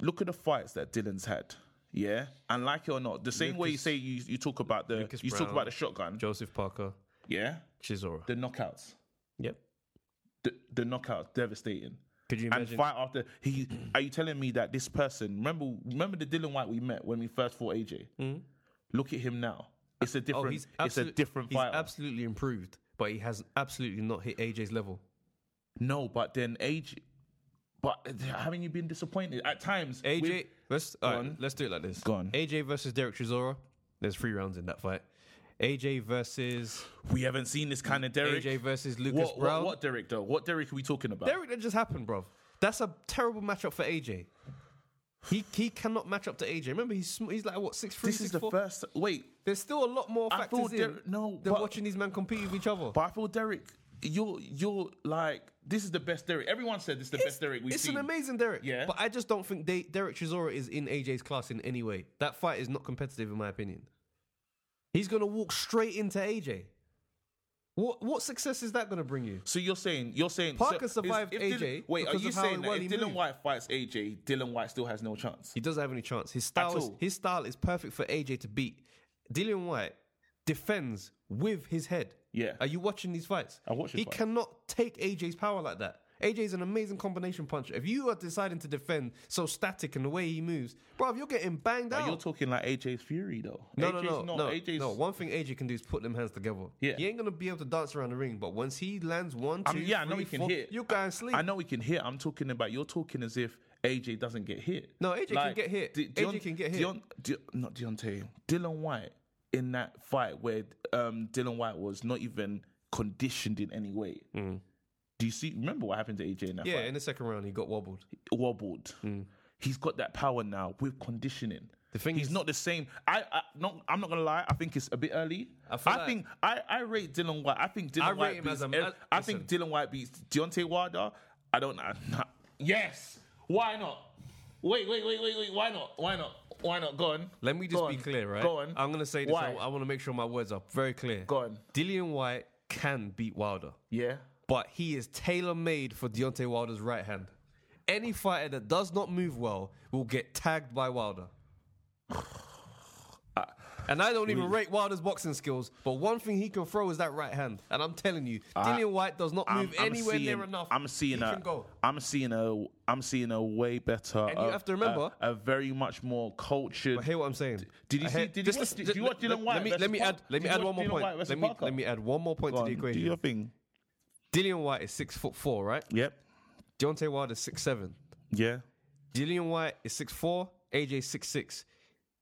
S1: look at the fights that Dylan's had. Yeah, and like it or not, the same way you say you, you talk about the
S2: Lucas
S1: you talk
S2: Brown.
S1: about the shotgun.
S2: Joseph Parker,
S1: Yeah,
S2: Chisora.
S1: the knockouts,
S2: Yep.
S1: the, the knockouts, devastating.
S2: Could you
S1: And
S2: imagine?
S1: fight after he. Are you telling me that this person? Remember, remember the Dylan White we met when we first fought AJ. Look at him now. It's a
S2: Hmm? oh,
S1: different.
S2: he's
S1: it's a
S2: absolute-
S1: different
S2: He's
S1: fighter.
S2: absolutely improved, but he has absolutely not hit AJ's level.
S1: no, but then AJ. But haven't you been disappointed at times?
S2: AJ,
S1: with-
S2: let's all right, let's do it like this.
S1: Go on.
S2: AJ versus Derek Chisora. There's three rounds in that fight. AJ versus
S1: we haven't seen this kind of Derek.
S2: AJ versus Lucas
S1: what,
S2: Brown.
S1: what, what Derek though? What Derek are we talking about?
S2: Derek, that just happened, bruv. That's a terrible matchup for AJ. He he cannot match up to AJ. Remember, he's sm- he's like what six three,
S1: This is
S2: six
S1: the
S2: four.
S1: first. Wait,
S2: There's still a lot more
S1: I
S2: factors
S1: thought
S2: in
S1: Derek- no,
S2: than
S1: but-
S2: watching these men compete with each other.
S1: but I feel Derek. You're you're like this is the best Derek. Everyone said this is the best Derek we've
S2: it's
S1: seen.
S2: an amazing Derek.
S1: Yeah.
S2: But I just don't think they, Derek Chisora is in AJ's class in any way. That fight is not competitive, in my opinion. He's going to walk straight into AJ. What, what success is that going to bring you?
S1: so you're saying you're saying
S2: Parker
S1: so is-
S2: survived
S1: if Dylan-
S2: AJ
S1: wait, are
S2: because
S1: you
S2: of how
S1: saying that
S2: well
S1: if
S2: he
S1: Dylan
S2: moved.
S1: White fights AJ, Dylan White still has no chance?
S2: He doesn't have any chance. His style, is,
S1: all.
S2: his style is perfect for AJ to beat. Dillian White defends with his head.
S1: Yeah.
S2: Are you watching these fights?
S1: I watch his
S2: He
S1: fights.
S2: cannot take AJ's power like that. AJ's an amazing combination puncher. If you are deciding to defend so static in the way he moves, bro, you're getting banged out.
S1: But you're talking like AJ's Fury though.
S2: No,
S1: AJ's
S2: no,
S1: not,
S2: no, no,
S1: AJ's
S2: no. One thing AJ can do is put them hands together.
S1: Yeah.
S2: He ain't gonna be able to dance around the ring, but once he lands one,
S1: I
S2: two,
S1: mean, yeah, I know
S2: three,
S1: he can
S2: four,
S1: hit.
S2: You can't sleep.
S1: I know he can hit. I'm talking about you're talking as if AJ doesn't get hit.
S2: No, AJ can get hit. AJ can get hit.
S1: Deon, De, not Deontay. Dylan White in that fight where um, Dylan White was not even conditioned in any way. Do you see? Remember what happened to AJ in that
S2: Yeah,
S1: fight?
S2: in the second round he got wobbled.
S1: Wobbled. He's got that power now with conditioning.
S2: Hmm. The thing
S1: He's
S2: is-
S1: not the same. I, I not, I'm not gonna lie. I think it's a bit early. I,
S2: I feel like-
S1: think I, I rate Dylan White. I think Dylan
S2: I rate
S1: White
S2: him
S1: beats.
S2: as a-
S1: ev- I think
S2: listen.
S1: Dylan White beats Deontay Wilder. I don't know. yes. Why not? Wait, wait, wait, wait, wait. Why not? Why not? Why not? Go on.
S2: Let me just
S1: Go
S2: be
S1: on.
S2: clear, right?
S1: Go on.
S2: I'm gonna say this.
S1: Why?
S2: I, want to make sure my words are very clear.
S1: Go on.
S2: Dillian White can beat Wilder,
S1: yeah.
S2: but he is tailor made for Deontay Wilder's right hand. Any fighter that does not move well will get tagged by Wilder. And I don't even rate Wilder's boxing skills, but one thing he can throw is that right hand. And I'm telling you, Dillian White does not move anywhere
S1: seeing,
S2: near enough.
S1: I'm seeing
S2: he
S1: a,
S2: can go.
S1: am seeing a, I'm seeing a way better.
S2: And you
S1: a-
S2: have to remember-
S1: a, a very much more cultured.
S2: But hear what I'm saying.
S1: Did you
S2: I
S1: see-
S2: hear-
S1: did you
S2: just
S1: watch-
S2: listen-
S1: did you watch
S2: let-
S1: Dylan White
S2: Let me,
S1: versus
S2: let me add.
S1: Park-
S2: Let
S1: did
S2: me
S1: you watch
S2: add one more
S1: Dylan White
S2: point.
S1: versus
S2: Let me
S1: Parker?
S2: let me add one more point
S1: Go
S2: to the
S1: on, do
S2: equation.
S1: your thing.
S2: Dillian White is six foot four, right?
S1: Yep.
S2: Deontay Wilder six seven.
S1: Yeah.
S2: Dillian White is 6'4, AJ 6'6.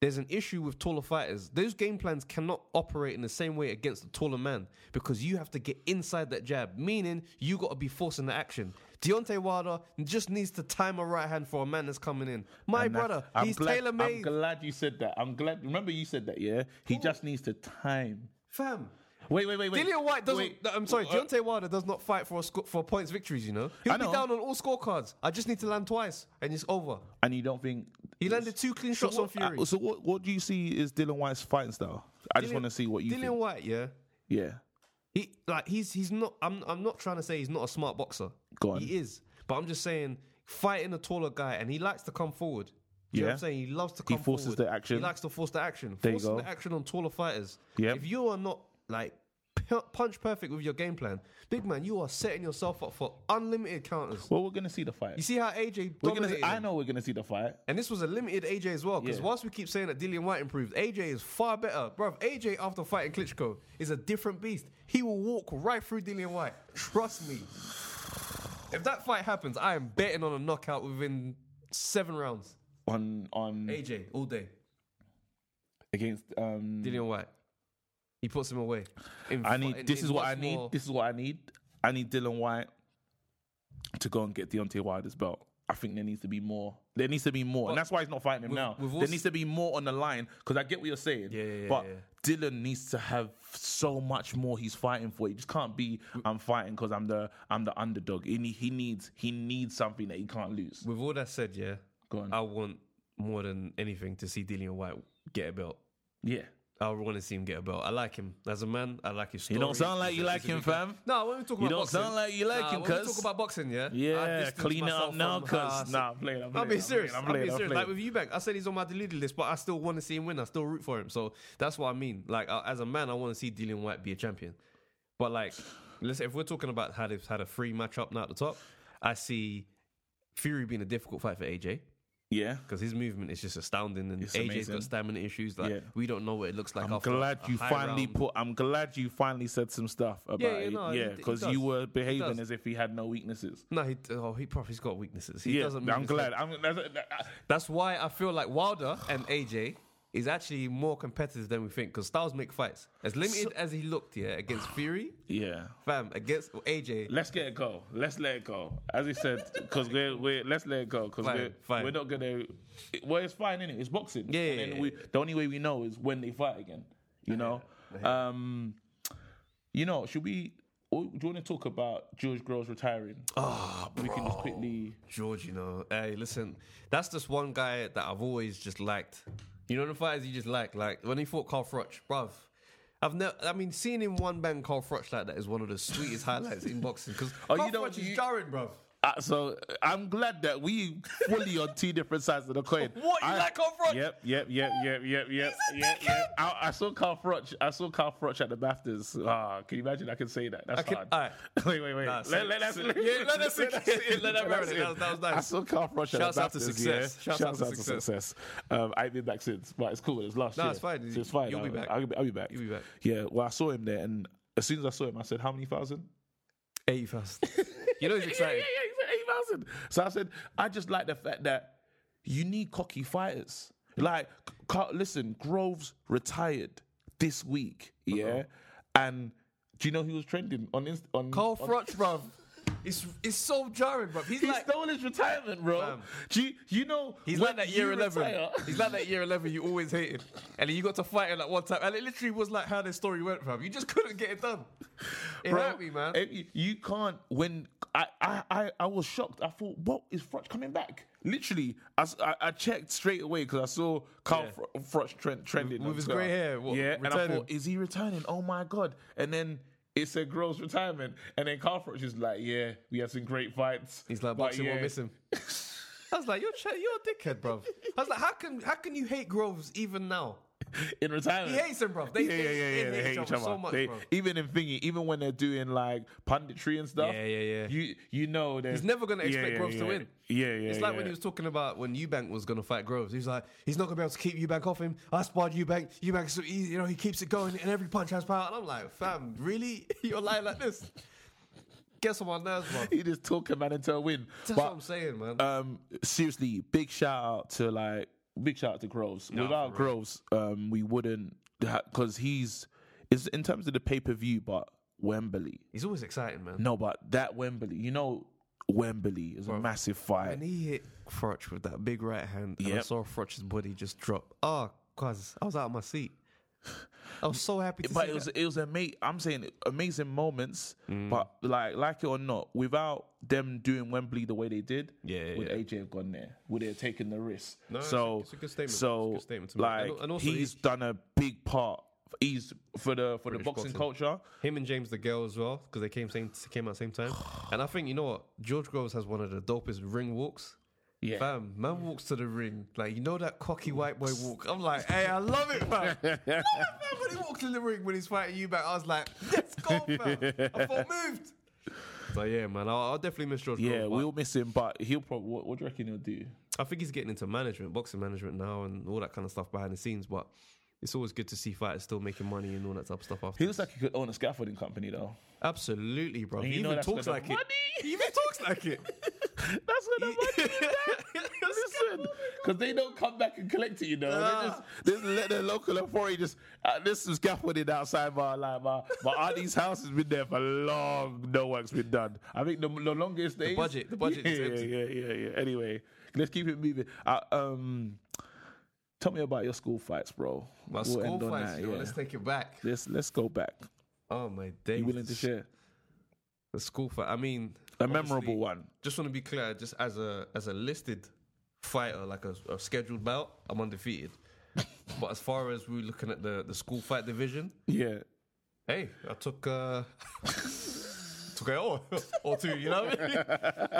S2: There's an issue with taller fighters. Those game plans cannot operate in the same way against a taller man because you have to get inside that jab, meaning you got to be forcing the action. Deontay Wilder just needs to time a right hand for a man that's coming in. My
S1: And that's-
S2: brother,
S1: I'm
S2: he's
S1: glad,
S2: tailor
S1: I'm
S2: made.
S1: glad you said that. I'm glad. Remember you said that. Yeah. He just needs to time.
S2: Fam.
S1: Wait, wait, wait, wait.
S2: Dillian White doesn't.
S1: Wait.
S2: no, I'm sorry,
S1: Uh,
S2: Deontay Wilder does not fight for a sco- for points victories. You know, he'll
S1: I know.
S2: be down on all scorecards. I just need to land twice, and it's over.
S1: And you don't think
S2: He landed two clean shots
S1: what,
S2: on Fury.
S1: uh, so what? What do you see is Dylan White's fighting style? I just
S2: Dillian-
S1: want to see what you
S2: Dillian
S1: think.
S2: White, yeah.
S1: yeah.
S2: He like he's he's not. I'm I'm not trying to say he's not a smart boxer.
S1: Go on.
S2: He is, but I'm just saying fighting a taller guy and he likes to come forward. Do You know what
S1: Yeah.
S2: I'm saying he loves to come.
S1: forces
S2: forward.
S1: the action.
S2: He likes to force the action.
S1: you
S2: Forcing
S1: go.
S2: the action on taller fighters.
S1: Yeah.
S2: If you are not like p- punch perfect with your game plan, big man, you are setting yourself up for unlimited counters.
S1: Well, we're gonna see the fight.
S2: You see how AJ
S1: We're gonna.
S2: dominated.
S1: I
S2: him?
S1: know we're gonna see the fight.
S2: And this was a limited AJ as well, because
S1: Yeah.
S2: whilst we keep saying that Dillian White improved, AJ is far better. Bruv, AJ after fighting Klitschko is a different beast. He will walk right through Dillian White. Trust me. If that fight happens, I am betting on a knockout within seven rounds.
S1: On on
S2: AJ, all day.
S1: against um.
S2: Dillian White. He puts him away. In
S1: I
S2: fu-
S1: need.
S2: in-
S1: This
S2: in
S1: is what I
S2: much
S1: need.
S2: more-
S1: This is what I need. I need Dylan White to go and get Deontay Wilder's belt. I think there needs to be more. There needs to be more, and that's why he's not fighting him now.
S2: we've
S1: there
S2: also-
S1: needs to be more on the line because I get what you're saying.
S2: Yeah, yeah, yeah,
S1: but
S2: yeah.
S1: Dylan needs to have so much more he's fighting for. He just can't be I'm fighting because I'm the I'm the underdog. He, ne- he needs he needs something that he can't lose.
S2: With all that said, yeah,
S1: Go on.
S2: I want more than anything to see Dillian White get a belt.
S1: Yeah,
S2: I want to see him get a belt. I like him as a man. I like his story.
S1: you don't sound like you like him, fam.
S2: No, when we talk about
S1: You don't
S2: boxing,
S1: sound like you like
S2: nah,
S1: him,
S2: when we
S1: cuz.
S2: talk about boxing, yeah. I
S1: Yeah,
S2: distance
S1: clean it up
S2: myself
S1: now,
S2: from-
S1: cause
S2: Nah,
S1: nah, I'm playing. I'm
S2: I'm
S1: playing,
S2: being serious.
S1: I'm
S2: I'm,
S1: playing.
S2: being
S1: I'm
S2: serious.
S1: playing.
S2: Like with Eubank, I said he's on my deluded list, but I still want to see him win. I still root for him. So that's what I mean. Like uh, as a man, I want to see Dillian White be a champion. But like, listen, if we're talking about how they've had a free matchup now at the top, I see Fury being a difficult fight for AJ
S1: Yeah.
S2: because his movement is just astounding, and
S1: It's
S2: AJ's
S1: amazing.
S2: got stamina issues. Like
S1: Yeah.
S2: we don't know what it looks like.
S1: I'm
S2: after
S1: glad
S2: a
S1: you
S2: high
S1: finally
S2: round.
S1: put. I'm glad you finally said some stuff about
S2: Yeah, yeah,
S1: it.
S2: no,
S1: yeah,
S2: it- it
S1: because
S2: does.
S1: you were
S2: It
S1: behaving
S2: does.
S1: as if he had no weaknesses.
S2: No, he oh he probably's got weaknesses. He
S1: yeah,
S2: doesn't. move
S1: I'm
S2: his legs.
S1: glad. I'm, that's, that, that-
S2: That's why I feel like Wilder and AJ is actually more competitive than we think because Styles make fights. As limited as he looked, yeah, against Fury,
S1: yeah.
S2: fam, against AJ,
S1: Let's get it go. Let's let it go. As he said, because we're, we're let's let it go because
S2: Fine,
S1: we're
S2: fine.
S1: we're not gonna. it- well, it's fine, innit? It's boxing.
S2: Yeah,
S1: And
S2: yeah,
S1: then
S2: yeah,
S1: we, The only way we know is when they fight again. You know. Um, you know, should we? oh, Do you want to talk about George Groves retiring?
S2: oh,
S1: we can just quickly.
S2: George, you know, hey, listen, that's just one guy that I've always just liked. You know the fighters you just like, like when he fought Carl Froch, bruv. I've never, I mean, seeing him one bang Carl Froch like that is one of the sweetest highlights in boxing because
S1: Oh, you
S2: Carl
S1: don't-
S2: Froch is
S1: you-
S2: jarring, bruv.
S1: Uh, so uh, I'm glad that we fully on two different sides of the coin.
S2: What, you
S1: I,
S2: like Carl Froch?
S1: Yep, yep, yep, yep, yep, yep,
S2: He's a
S1: yep.
S2: dickhead.
S1: yep. I, I saw Carl Froch. I saw Carl Froch at the Baftas. Ah, can you imagine? I can say that. That's
S2: I can-
S1: hard.
S2: alright.
S1: wait, wait, wait.
S2: Nah,
S1: let,
S2: say-
S1: let, that
S2: say-
S1: sit-
S2: yeah, let that sink
S1: let
S2: in. Let that marinate.
S1: sit.
S2: That was- that was nice.
S1: I saw Carl Froch at
S2: Shouts
S1: the Baftas.
S2: out to success.
S1: Yeah.
S2: Shouts out to success.
S1: Um, I ain't been back since, but it's cool. It's last
S2: No,
S1: year.
S2: it's fine.
S1: So it's fine.
S2: You'll be
S1: I'll-
S2: back.
S1: I'll, be- I'll be back.
S2: You'll be back.
S1: Yeah. Well, I saw him there, and as soon as I saw him, I said, "How many thousand?
S2: 80,000. you know he's
S1: Yeah, yeah,
S2: excited.
S1: yeah. He said 8,000. So I said, I just like the fact that you need cocky fighters. Like, c- c- listen, Groves retired this week, yeah?
S2: Uh-huh.
S1: And do you know who was trending on Inst- on
S2: Carl
S1: on-
S2: Frotch, bruv. It's it's so jarring, bruv. He's
S1: He
S2: like
S1: stole his retirement, bro.
S2: Fam.
S1: Do you, you know
S2: he's
S1: when
S2: like that
S1: you
S2: year eleven.
S1: retire-
S2: He's like that year eleven you always hated, and then you got to fight him like one time, and it literally was like how this story went, bruv. You just couldn't get it done. It
S1: Bro,
S2: hurt me, man.
S1: if you, you can't. When I, I, I, I was shocked. I thought, what is Frotch coming back? Literally, I, s- I- I checked straight away because I saw Carl Fro- Frotch trend, trending
S2: With
S1: on
S2: his
S1: Twitter.
S2: grey hair, what,
S1: yeah, and I
S2: returning?
S1: thought, is he returning? Oh my god! And then. It said Groves retirement, and then Carl Froch is like, "Yeah, we had some great fights."
S2: He's like
S1: but
S2: boxing won't miss him. I was like, you're ch- you're a dickhead, bruv. I was like, how can how can you hate Groves even now?
S1: in retirement.
S2: He hates them, bro. They,
S1: yeah, yeah, yeah, yeah. They hate each other
S2: so much,
S1: They-
S2: bro.
S1: even in thingy, even when they're doing like punditry and stuff.
S2: Yeah, yeah, yeah.
S1: You you know that
S2: He's never gonna
S1: Yeah,
S2: expect
S1: yeah,
S2: Groves to
S1: yeah.
S2: win.
S1: Yeah, yeah.
S2: It's like
S1: yeah.
S2: when he was talking about when Eubank was going to fight Groves. He was like, he's not going to be able to keep Eubank off him. I sparred Eubank. Eubank, so easy, you know, he keeps it going, and every punch has power. And I'm like, fam, really? You're lying like this? Get on my nerves, bro.
S1: he just talk a man into a win.
S2: That's what
S1: but
S2: I'm saying, man.
S1: um, seriously, big shout out to like big shout out to Groves. Without Groves, um, we wouldn't because he's is in terms of the pay per view, but Wembley.
S2: he's always exciting, man.
S1: No, but that Wembley, you know, Wembley is a massive fight.
S2: And he hit Frotch with that big right hand, and I
S1: Yep.
S2: saw Frotch's body just drop. Oh, cause I was out of my seat. I was so happy to
S1: but
S2: see
S1: it was
S2: that. Mm.
S1: it was ama- I'm saying amazing moments, but like like it or not, without them doing Wembley the way they did,
S2: Yeah, yeah,
S1: would
S2: yeah.
S1: AJ have gone there? Would they have taken the risk?
S2: No, it's a-
S1: so
S2: it's a good statement.
S1: So
S2: It's a good statement to make.
S1: like
S2: And- and also
S1: he's
S2: he-
S1: done a big part. He's for the for the
S2: British
S1: boxing,
S2: boxing.
S1: culture.
S2: Him and James the Girl as well, because they came same came out same time. And I think you know what, George Groves has one of the dopest ring walks.
S1: Yeah.
S2: Fam, man walks to the ring like you know that cocky white boy walk. I'm like, hey, I love it, fam. love it, fam. When he walks in the ring when he's fighting you back, I was like, let's go, fam. I felt moved. So yeah, man, I'll, I'll definitely miss George.
S1: Yeah,
S2: Groves, but
S1: we'll miss him, but he'll probably. What, what do you reckon he'll do?
S2: I think he's getting into management, boxing management now, and all that kind of stuff behind the scenes. But it's always good to see fighters still making money and all that type of stuff. After
S1: He looks like he could own a scaffolding company, though.
S2: absolutely, bro.
S1: you
S2: He
S1: know
S2: even
S1: that's
S2: talks
S1: gonna
S2: like
S1: be
S2: it.
S1: money.
S2: He even talks like it.
S1: That's what I'm Listen, because they don't come back and collect it, you know. They just, they just let the local authority just. Uh, this is scaffolding outside my like my my auntie's house has been there for long. No work's been done. I think the, the longest days.
S2: budget- the budget
S1: Yeah,
S2: is
S1: yeah,
S2: empty.
S1: yeah, yeah, yeah. Anyway, let's keep it moving. Uh, um, tell me about your school fights, bro.
S2: My
S1: We'll
S2: school
S1: end on
S2: fights,
S1: that,
S2: yo,
S1: yeah.
S2: let's take it back.
S1: Let's let's go back.
S2: Oh my days.
S1: You willing to share
S2: The school fight. I mean,
S1: a
S2: obviously,
S1: memorable one?
S2: Just want to be clear. Just as a as a listed fighter, like a, a scheduled bout, I'm undefeated. but as far as we're looking at the the school fight division,
S1: Yeah.
S2: hey, I took uh took it all or two, you know what I mean?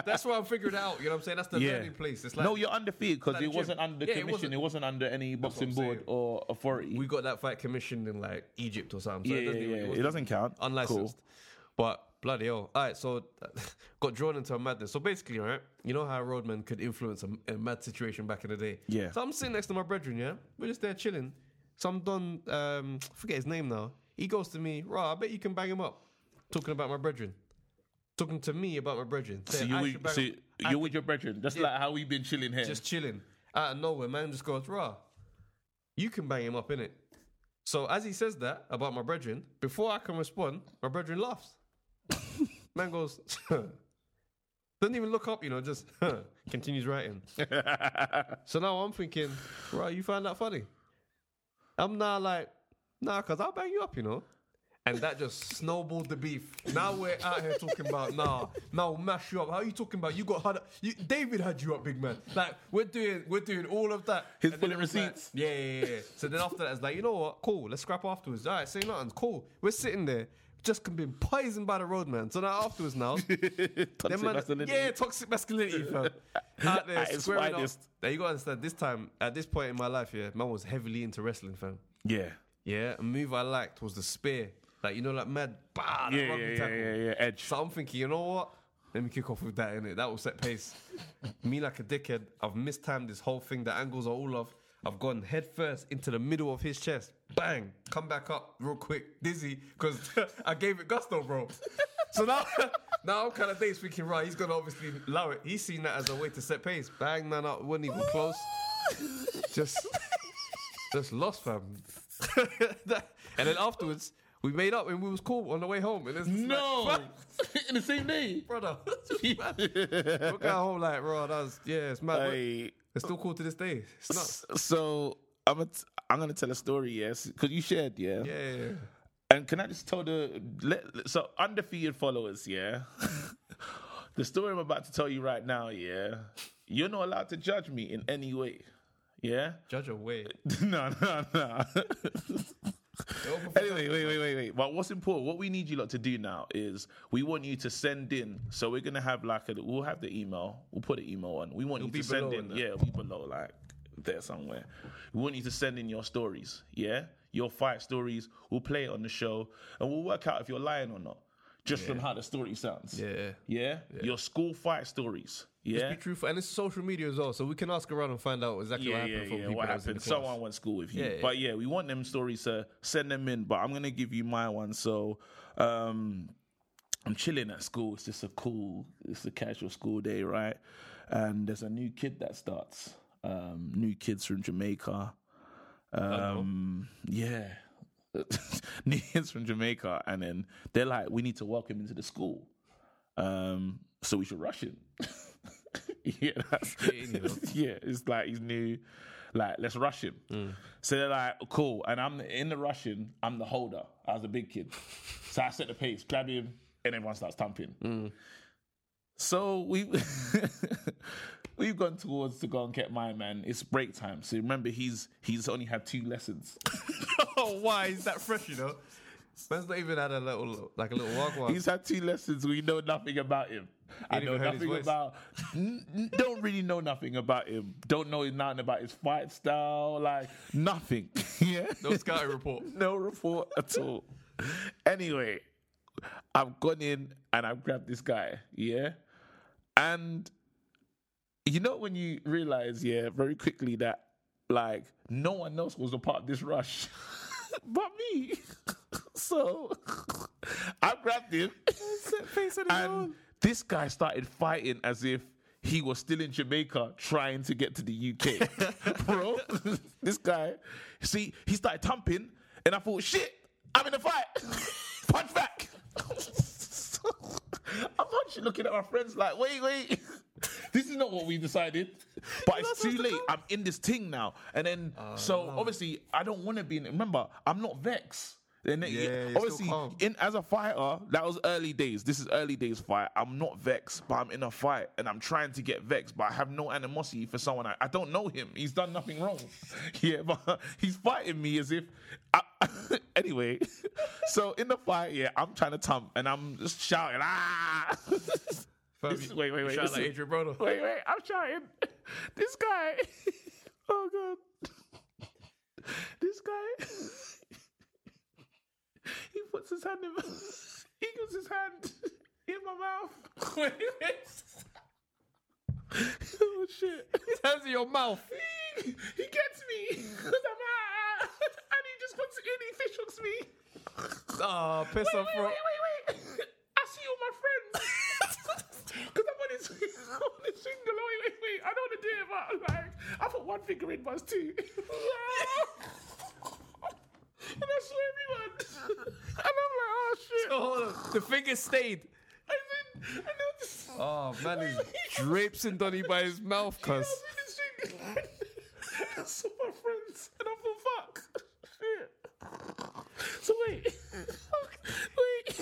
S2: That's where I'm figuring it out, you know what I'm saying? That's the
S1: Yeah.
S2: learning place. It's like
S1: no, you're undefeated because
S2: like
S1: it
S2: the gym.
S1: wasn't under
S2: Yeah, it
S1: commission. It wasn't,
S2: wasn't-
S1: under any
S2: what
S1: boxing
S2: I'm
S1: board
S2: saying.
S1: or authority.
S2: we got that fight commissioned in like Egypt or something. So
S1: yeah,
S2: it doesn't
S1: yeah,
S2: even-
S1: yeah.
S2: it
S1: It
S2: wasn't
S1: doesn't count.
S2: unlicensed. But bloody hell. All right, so got drawn into a madness. So basically, right, you know how a roadman could influence a, a mad situation back in the day?
S1: Yeah.
S2: So I'm sitting next to my brethren, yeah? We're just there chilling. Some Don, um, I forget his name now. He goes to me, Raw, I bet you can bang him up. Talking about my brethren. Talking to me about my brethren.
S1: So
S2: Saying,
S1: you
S2: I
S1: with,
S2: should bang
S1: so
S2: him- I
S1: you're with your brethren. That's like how we've been chilling here.
S2: just chilling out of nowhere. Man just goes, "Raw, you can bang him up in it." So as he says that about my brethren, before I can respond, my brethren laughs. man goes, doesn't even look up, you know, just continues writing. so now I'm thinking, "Raw, you find that funny?" I'm now like, "Nah, cause I'll bang you up," you know. And that just snowballed the beef. Now we're out here talking about nah, now we'll mash you up. How are you talking about? You got had you, David had you up, big man. Like we're doing, we're doing all of that.
S1: He's
S2: And then
S1: pulling
S2: it was like,
S1: receipts.
S2: yeah, yeah, yeah. So then after that, it's like you know what? Cool, let's scrap afterwards. All right, say nothing. Cool. We're sitting there, just being poisoned by the road man. So now afterwards, now
S1: Toxic
S2: them man-
S1: masculinity.
S2: Yeah, toxic masculinity, fam. Out there,
S1: At its
S2: squaring up.
S1: widest.
S2: Now you gotta understand. This time, at this point in my life, yeah, man was heavily into wrestling, fam.
S1: yeah.
S2: Yeah, a move I liked was the spear. Like you know, like mad, bah, that
S1: Yeah, yeah,
S2: rugby
S1: yeah,
S2: tackle.
S1: yeah, yeah, Edge.
S2: So I'm thinking, you know what? Let me kick off with that in it. That will set pace. me like a dickhead. I've mistimed this whole thing. The angles are all off. I've gone head first into the middle of his chest. Bang! Come back up real quick, dizzy, because I gave it gusto, bro. so now, now I'm kind of dazed, thinking, right, he's gonna obviously allow it. He's seen that as a way to set pace. Bang, man, up, wasn't even close. Just just lost, fam. and then afterwards, we made up and we was cool on the way home. And it's just
S1: No,
S2: like, "Fam,
S1: in the same day.
S2: brother. we got home like, bro, that was yeah, it's mad. but It's still cool to this day. It's not.
S1: so I'm gonna t- I'm gonna tell a story. Yes, because you shared. Yeah?
S2: Yeah, yeah, yeah.
S1: And can I just tell the let, so undefeated followers? Yeah. the story I'm about to tell you right now. Yeah. You're not allowed to judge me in any way. Yeah.
S2: judge away.
S1: no, no, no. anyway, wait, wait, wait, wait. But what's important? What we need you lot to do now is we want you to send in. So we're gonna have like a, we'll have the email. We'll put the email on. We want you
S2: be
S1: to send
S2: below,
S1: in.
S2: innit?
S1: Yeah, we below like there somewhere. We want you to send in your stories, yeah? Your fight stories. We'll play it on the show and we'll work out if you're lying or not, just from how the story sounds.
S2: Yeah.
S1: Yeah? Your school fight stories.
S2: Just
S1: Yeah.
S2: be truthful. And it's social media as well, so we can ask around and find out exactly what
S1: Yeah,
S2: happened
S1: yeah,
S2: from
S1: yeah.
S2: people
S1: What
S2: that was in
S1: happened?
S2: the class.
S1: Someone went to school with you,
S2: Yeah, yeah.
S1: but yeah, we want them stories. So send them in. But I'm gonna give you my one. So, um, I'm chilling at school. It's just a cool, it's a casual school day, right? And there's a new kid that starts. Um, new kids from Jamaica. Um, yeah. new kids from Jamaica, and then they're like, "We need to welcome him into the school." Um, so we should rush him. yeah, that's,
S2: in, you know?
S1: yeah, it's like he's new. Like, let's rush him.
S2: Mm.
S1: So they're like, cool. And I'm in the rushing. I'm the holder. I was a big kid, so I set the pace, grab him, and everyone starts thumping. So we we've gone towards to go and get my man. It's break time, so remember he's he's only had two lessons.
S2: oh, why is that fresh? You know, man's not even had a little like a little walk walk.
S1: He's had two lessons. We know nothing about him. I
S2: ain't
S1: know
S2: even heard his
S1: nothing
S2: voice.
S1: about. n- n- don't really know nothing about him. Don't know nothing about his fight style. Like nothing. yeah.
S2: No scouting report.
S1: no report at all. Anyway, I've gone in and I've grabbed this guy, yeah? And you know when you realize, yeah, very quickly that like no one else was a part of this rush but me. so I grabbed him and this guy started fighting as if he was still in Jamaica trying to get to the UK. Bro, this guy, see, he started thumping, and I thought, shit, I'm in a fight. Punch back. I'm actually looking at my friends like, wait, wait. This is not what we decided, but it's too late. I'm in this thing now, and then so obviously I don't want to be in. it. Remember, I'm not vexed. And then,
S2: Yeah, you're still
S1: obviously,
S2: calm.
S1: in as a fighter, that was early days. This is early days fight. I'm not vexed, but I'm in a fight and I'm trying to get vexed, but I have no animosity for someone. I, I don't know him. He's done nothing wrong. yeah, but he's fighting me as if. I, anyway, so in the fight, yeah, I'm trying to thump and I'm just shouting, ah!
S2: Fam,
S1: This-
S2: you-
S1: wait, wait,
S2: you
S1: wait,
S2: Shout
S1: this
S2: out
S1: is-
S2: Adrian Broner.
S1: wait, wait, I'm shouting. This guy. Oh god. This guy. He puts his hand in my he puts his hand in my mouth.
S2: Wait, wait.
S1: oh shit.
S2: Hands in your mouth.
S1: He, he gets me 'cause I'm ah, and he just puts it in, he fish hooks me.
S2: Ah, piss
S1: Wait,
S2: off,
S1: wait,
S2: bro.
S1: wait, wait, wait. I see all my friends. Because I'm on his, I'm on his single. Wait, wait, wait. I don't want to do it, but I'm like, I put one finger in, but it's two. and I saw everyone. and I'm like, oh, shit.
S2: Oh, hold on. The finger stayed.
S1: And then, and then I'm just,
S2: Oh man, he's draping Donny by his mouth,
S1: I
S2: cuz.
S1: was in his single. I saw my friends, and I thought, fuck. Shit. So wait. wait.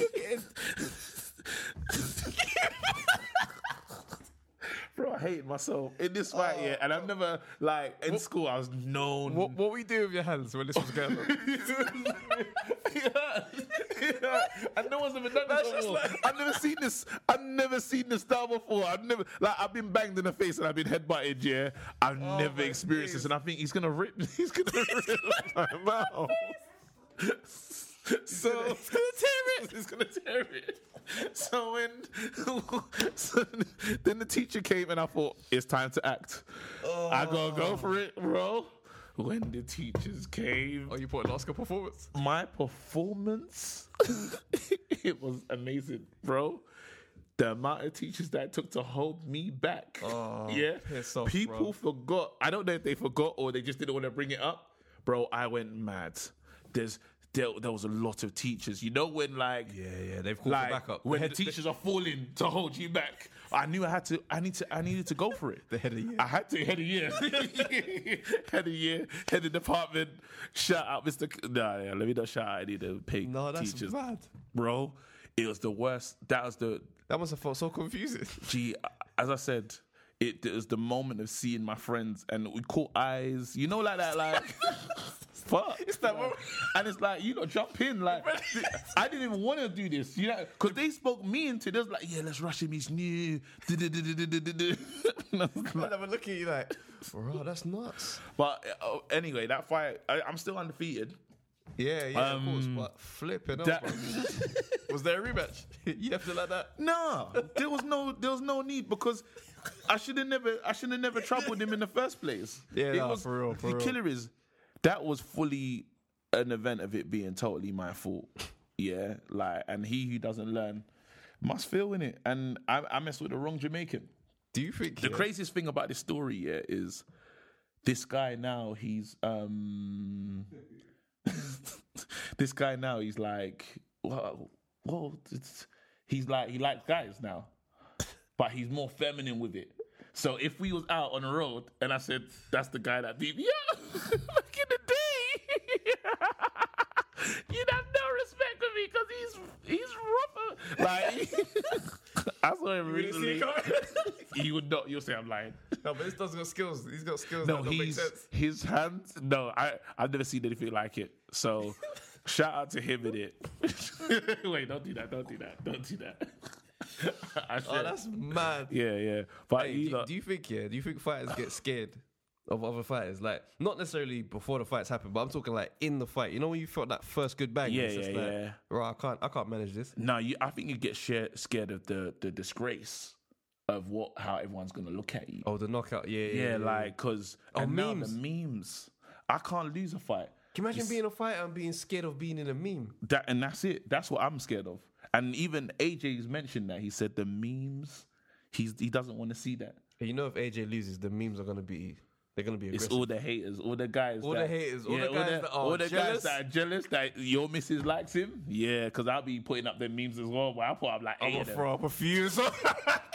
S1: Bro, I hated myself in this fight, yeah. And I've never, like, in school, I was known.
S2: What what we do with your hands when this was going on?
S1: yeah, yeah. And no one's ever done this before. I've never seen this. I've never seen this style before. I've never like I've been banged in the face and I've been headbutted. Yeah, I've never
S2: my
S1: experienced this, and
S2: days.
S1: I think he's gonna rip. He's gonna rip my mouth. So he's gonna tear it. He's gonna tear it. So when, so then the teacher came and I thought it's time to act. I gotta go for it, bro. When the teachers came,
S2: Oh, you put an Oscar performance.
S1: my performance it was amazing bro the amount of teachers that took to hold me back
S2: Oh,
S1: yeah
S2: piss off,
S1: people
S2: bro.
S1: forgot i don't know if they forgot or they just didn't want to bring it up bro i went mad there's there, there was a lot of teachers you know when like
S2: Yeah, yeah, they've called
S1: like
S2: for backup.
S1: when
S2: the
S1: the
S2: head,
S1: teachers are falling to hold you back. I knew I had to. I need to. I needed to go for it.
S2: The head of the year.
S1: I had to head of year. head of year. Head of department. Shout out, Mister. K- Nah, yeah, let me not shout out any of the paid
S2: no, that's
S1: teachers,
S2: bad.
S1: bro. It was the worst. That was the
S2: That must have felt so confusing.
S1: gee, as I said, it, it was the moment of seeing my friends and we caught eyes, you know, like that, like fuck?
S2: It's that moment.
S1: and it's like you know, jump in. Like I didn't even want to do this, you know, because they spoke me into this. Like, yeah, let's rush him. He's new. Du-du-du-du-du-du-du. And I was like-
S2: And I'm looking at you like, bro, that's nuts.
S1: but uh, anyway, that fight, I, I'm still undefeated.
S2: Yeah, yeah, of course. But flipping
S1: that-
S2: up. Was there a rematch? you left it like that.
S1: No, there was no, there was no need because I should have never, I should have never troubled him in the first place.
S2: Yeah,
S1: It
S2: nah, for real, for
S1: the
S2: real.
S1: killer is that was fully an event of it being totally my fault. Yeah, like, and he who doesn't learn must fail in it. And I, I messed with the wrong Jamaican.
S2: Do you think?
S1: The craziest thing about this story, yeah, is this guy now he's um this guy now he's like well, well it's, he's like he likes guys now. But he's more feminine with it. So if we was out on the road and I said that's the guy that beat me yeah back in the day You'd have no respect for me because he's he's rougher. Like I saw him recently. You would not. You'll say I'm lying.
S2: no, but this does got skills. He's got skills.
S1: No,
S2: that don't make
S1: he's
S2: sense.
S1: his hands. No, I I've never seen anything like it. So, shout out to him in it. Wait, don't do that. Don't do that. Don't do that. I said,
S2: Oh, that's mad.
S1: yeah, yeah. But
S2: Hey,
S1: you
S2: do,
S1: lot-
S2: do you think yeah? Do you think fighters get scared of other fighters? Like not necessarily before the fights happen, but I'm talking like in the fight. You know when you felt that first good bang?
S1: Yeah,
S2: it's just
S1: yeah,
S2: like,
S1: yeah.
S2: Right, I can't, I can't manage this.
S1: no, you, I think you get share, scared of the the disgrace of what how everyone's gonna look at you.
S2: Oh, the knockout. Yeah, yeah.
S1: yeah, like because
S2: Oh,
S1: and now the memes. I can't lose a fight.
S2: Can you imagine being a fighter and being scared of being in a meme?
S1: That and that's it. That's what I'm scared of. And even AJ's mentioned that he said the memes. He's he doesn't want to see that.
S2: Hey, You know, if AJ loses, the memes are gonna be, they're gonna be
S1: It's
S2: aggressive.
S1: all the haters, all the guys,
S2: All the
S1: that,
S2: haters, all the guys that are
S1: all the guys
S2: jealous.
S1: that are jealous that your missus likes him. Yeah, because I'll be putting up them memes as well. But I put up like eight of them.
S2: up a few. So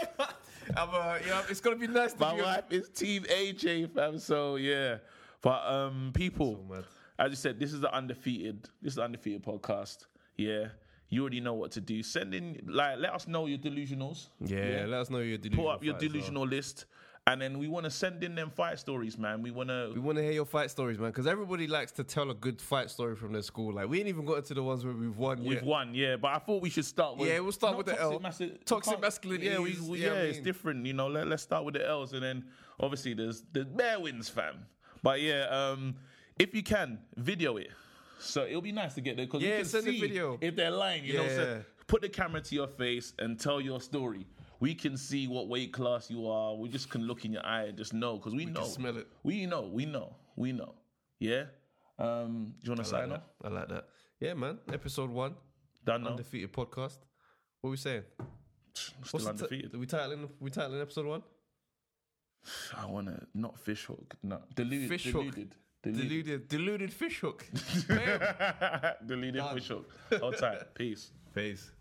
S2: I'm, uh, you know, it's gonna be nice to
S1: My
S2: be. on-
S1: wife is team AJ, fam. So yeah, but um, people,
S2: So mad.
S1: as you said, this is the undefeated. This is the undefeated podcast. Yeah, you already know what to do. Send in like let us know your delusionals.
S2: yeah, let us know your delusional.
S1: Put up your
S2: fights, though.
S1: delusional list, and then we want to send in them fight stories, man. We want
S2: We
S1: to.
S2: want to hear your fight stories, man, because everybody likes to tell a good fight story from their school. Like we ain't even got into the ones where we've won.
S1: We've
S2: yet.
S1: won, yeah, but I thought we should start with
S2: Yeah, we'll start
S1: not
S2: with the
S1: toxic
S2: L.
S1: masi- we
S2: Toxic
S1: can't-
S2: masculinity
S1: Yeah, we,
S2: is-
S1: we-
S2: yeah,
S1: yeah,
S2: I
S1: it's
S2: mean.
S1: different. You know, let, let's start with the L's, and then obviously there's the bare wins, fam. But yeah, um, if you can video it, so it'll be nice to get there because
S2: Yeah,
S1: you can
S2: send the
S1: see
S2: video.
S1: if they're lying. You know,
S2: Yeah.
S1: so put the camera to your face and tell your story. We can see what weight class you are. We just can look in your eye and just know because we, know.
S2: smell it.
S1: We know. We know. We know. Yeah. Um, do you want to
S2: I like
S1: sign off?
S2: that. I like that. Yeah, man. Episode one,
S1: Done now.
S2: undefeated podcast. What we saying?
S1: Still
S2: the
S1: undefeated.
S2: T- we titling? We titling episode one.
S1: I want to not fish hook. No, deluded.
S2: Fish hook.
S1: deluded. Deluded.
S2: Deluded, deluded fish hook.
S1: deluded fish hook. All time. Peace.
S2: Peace.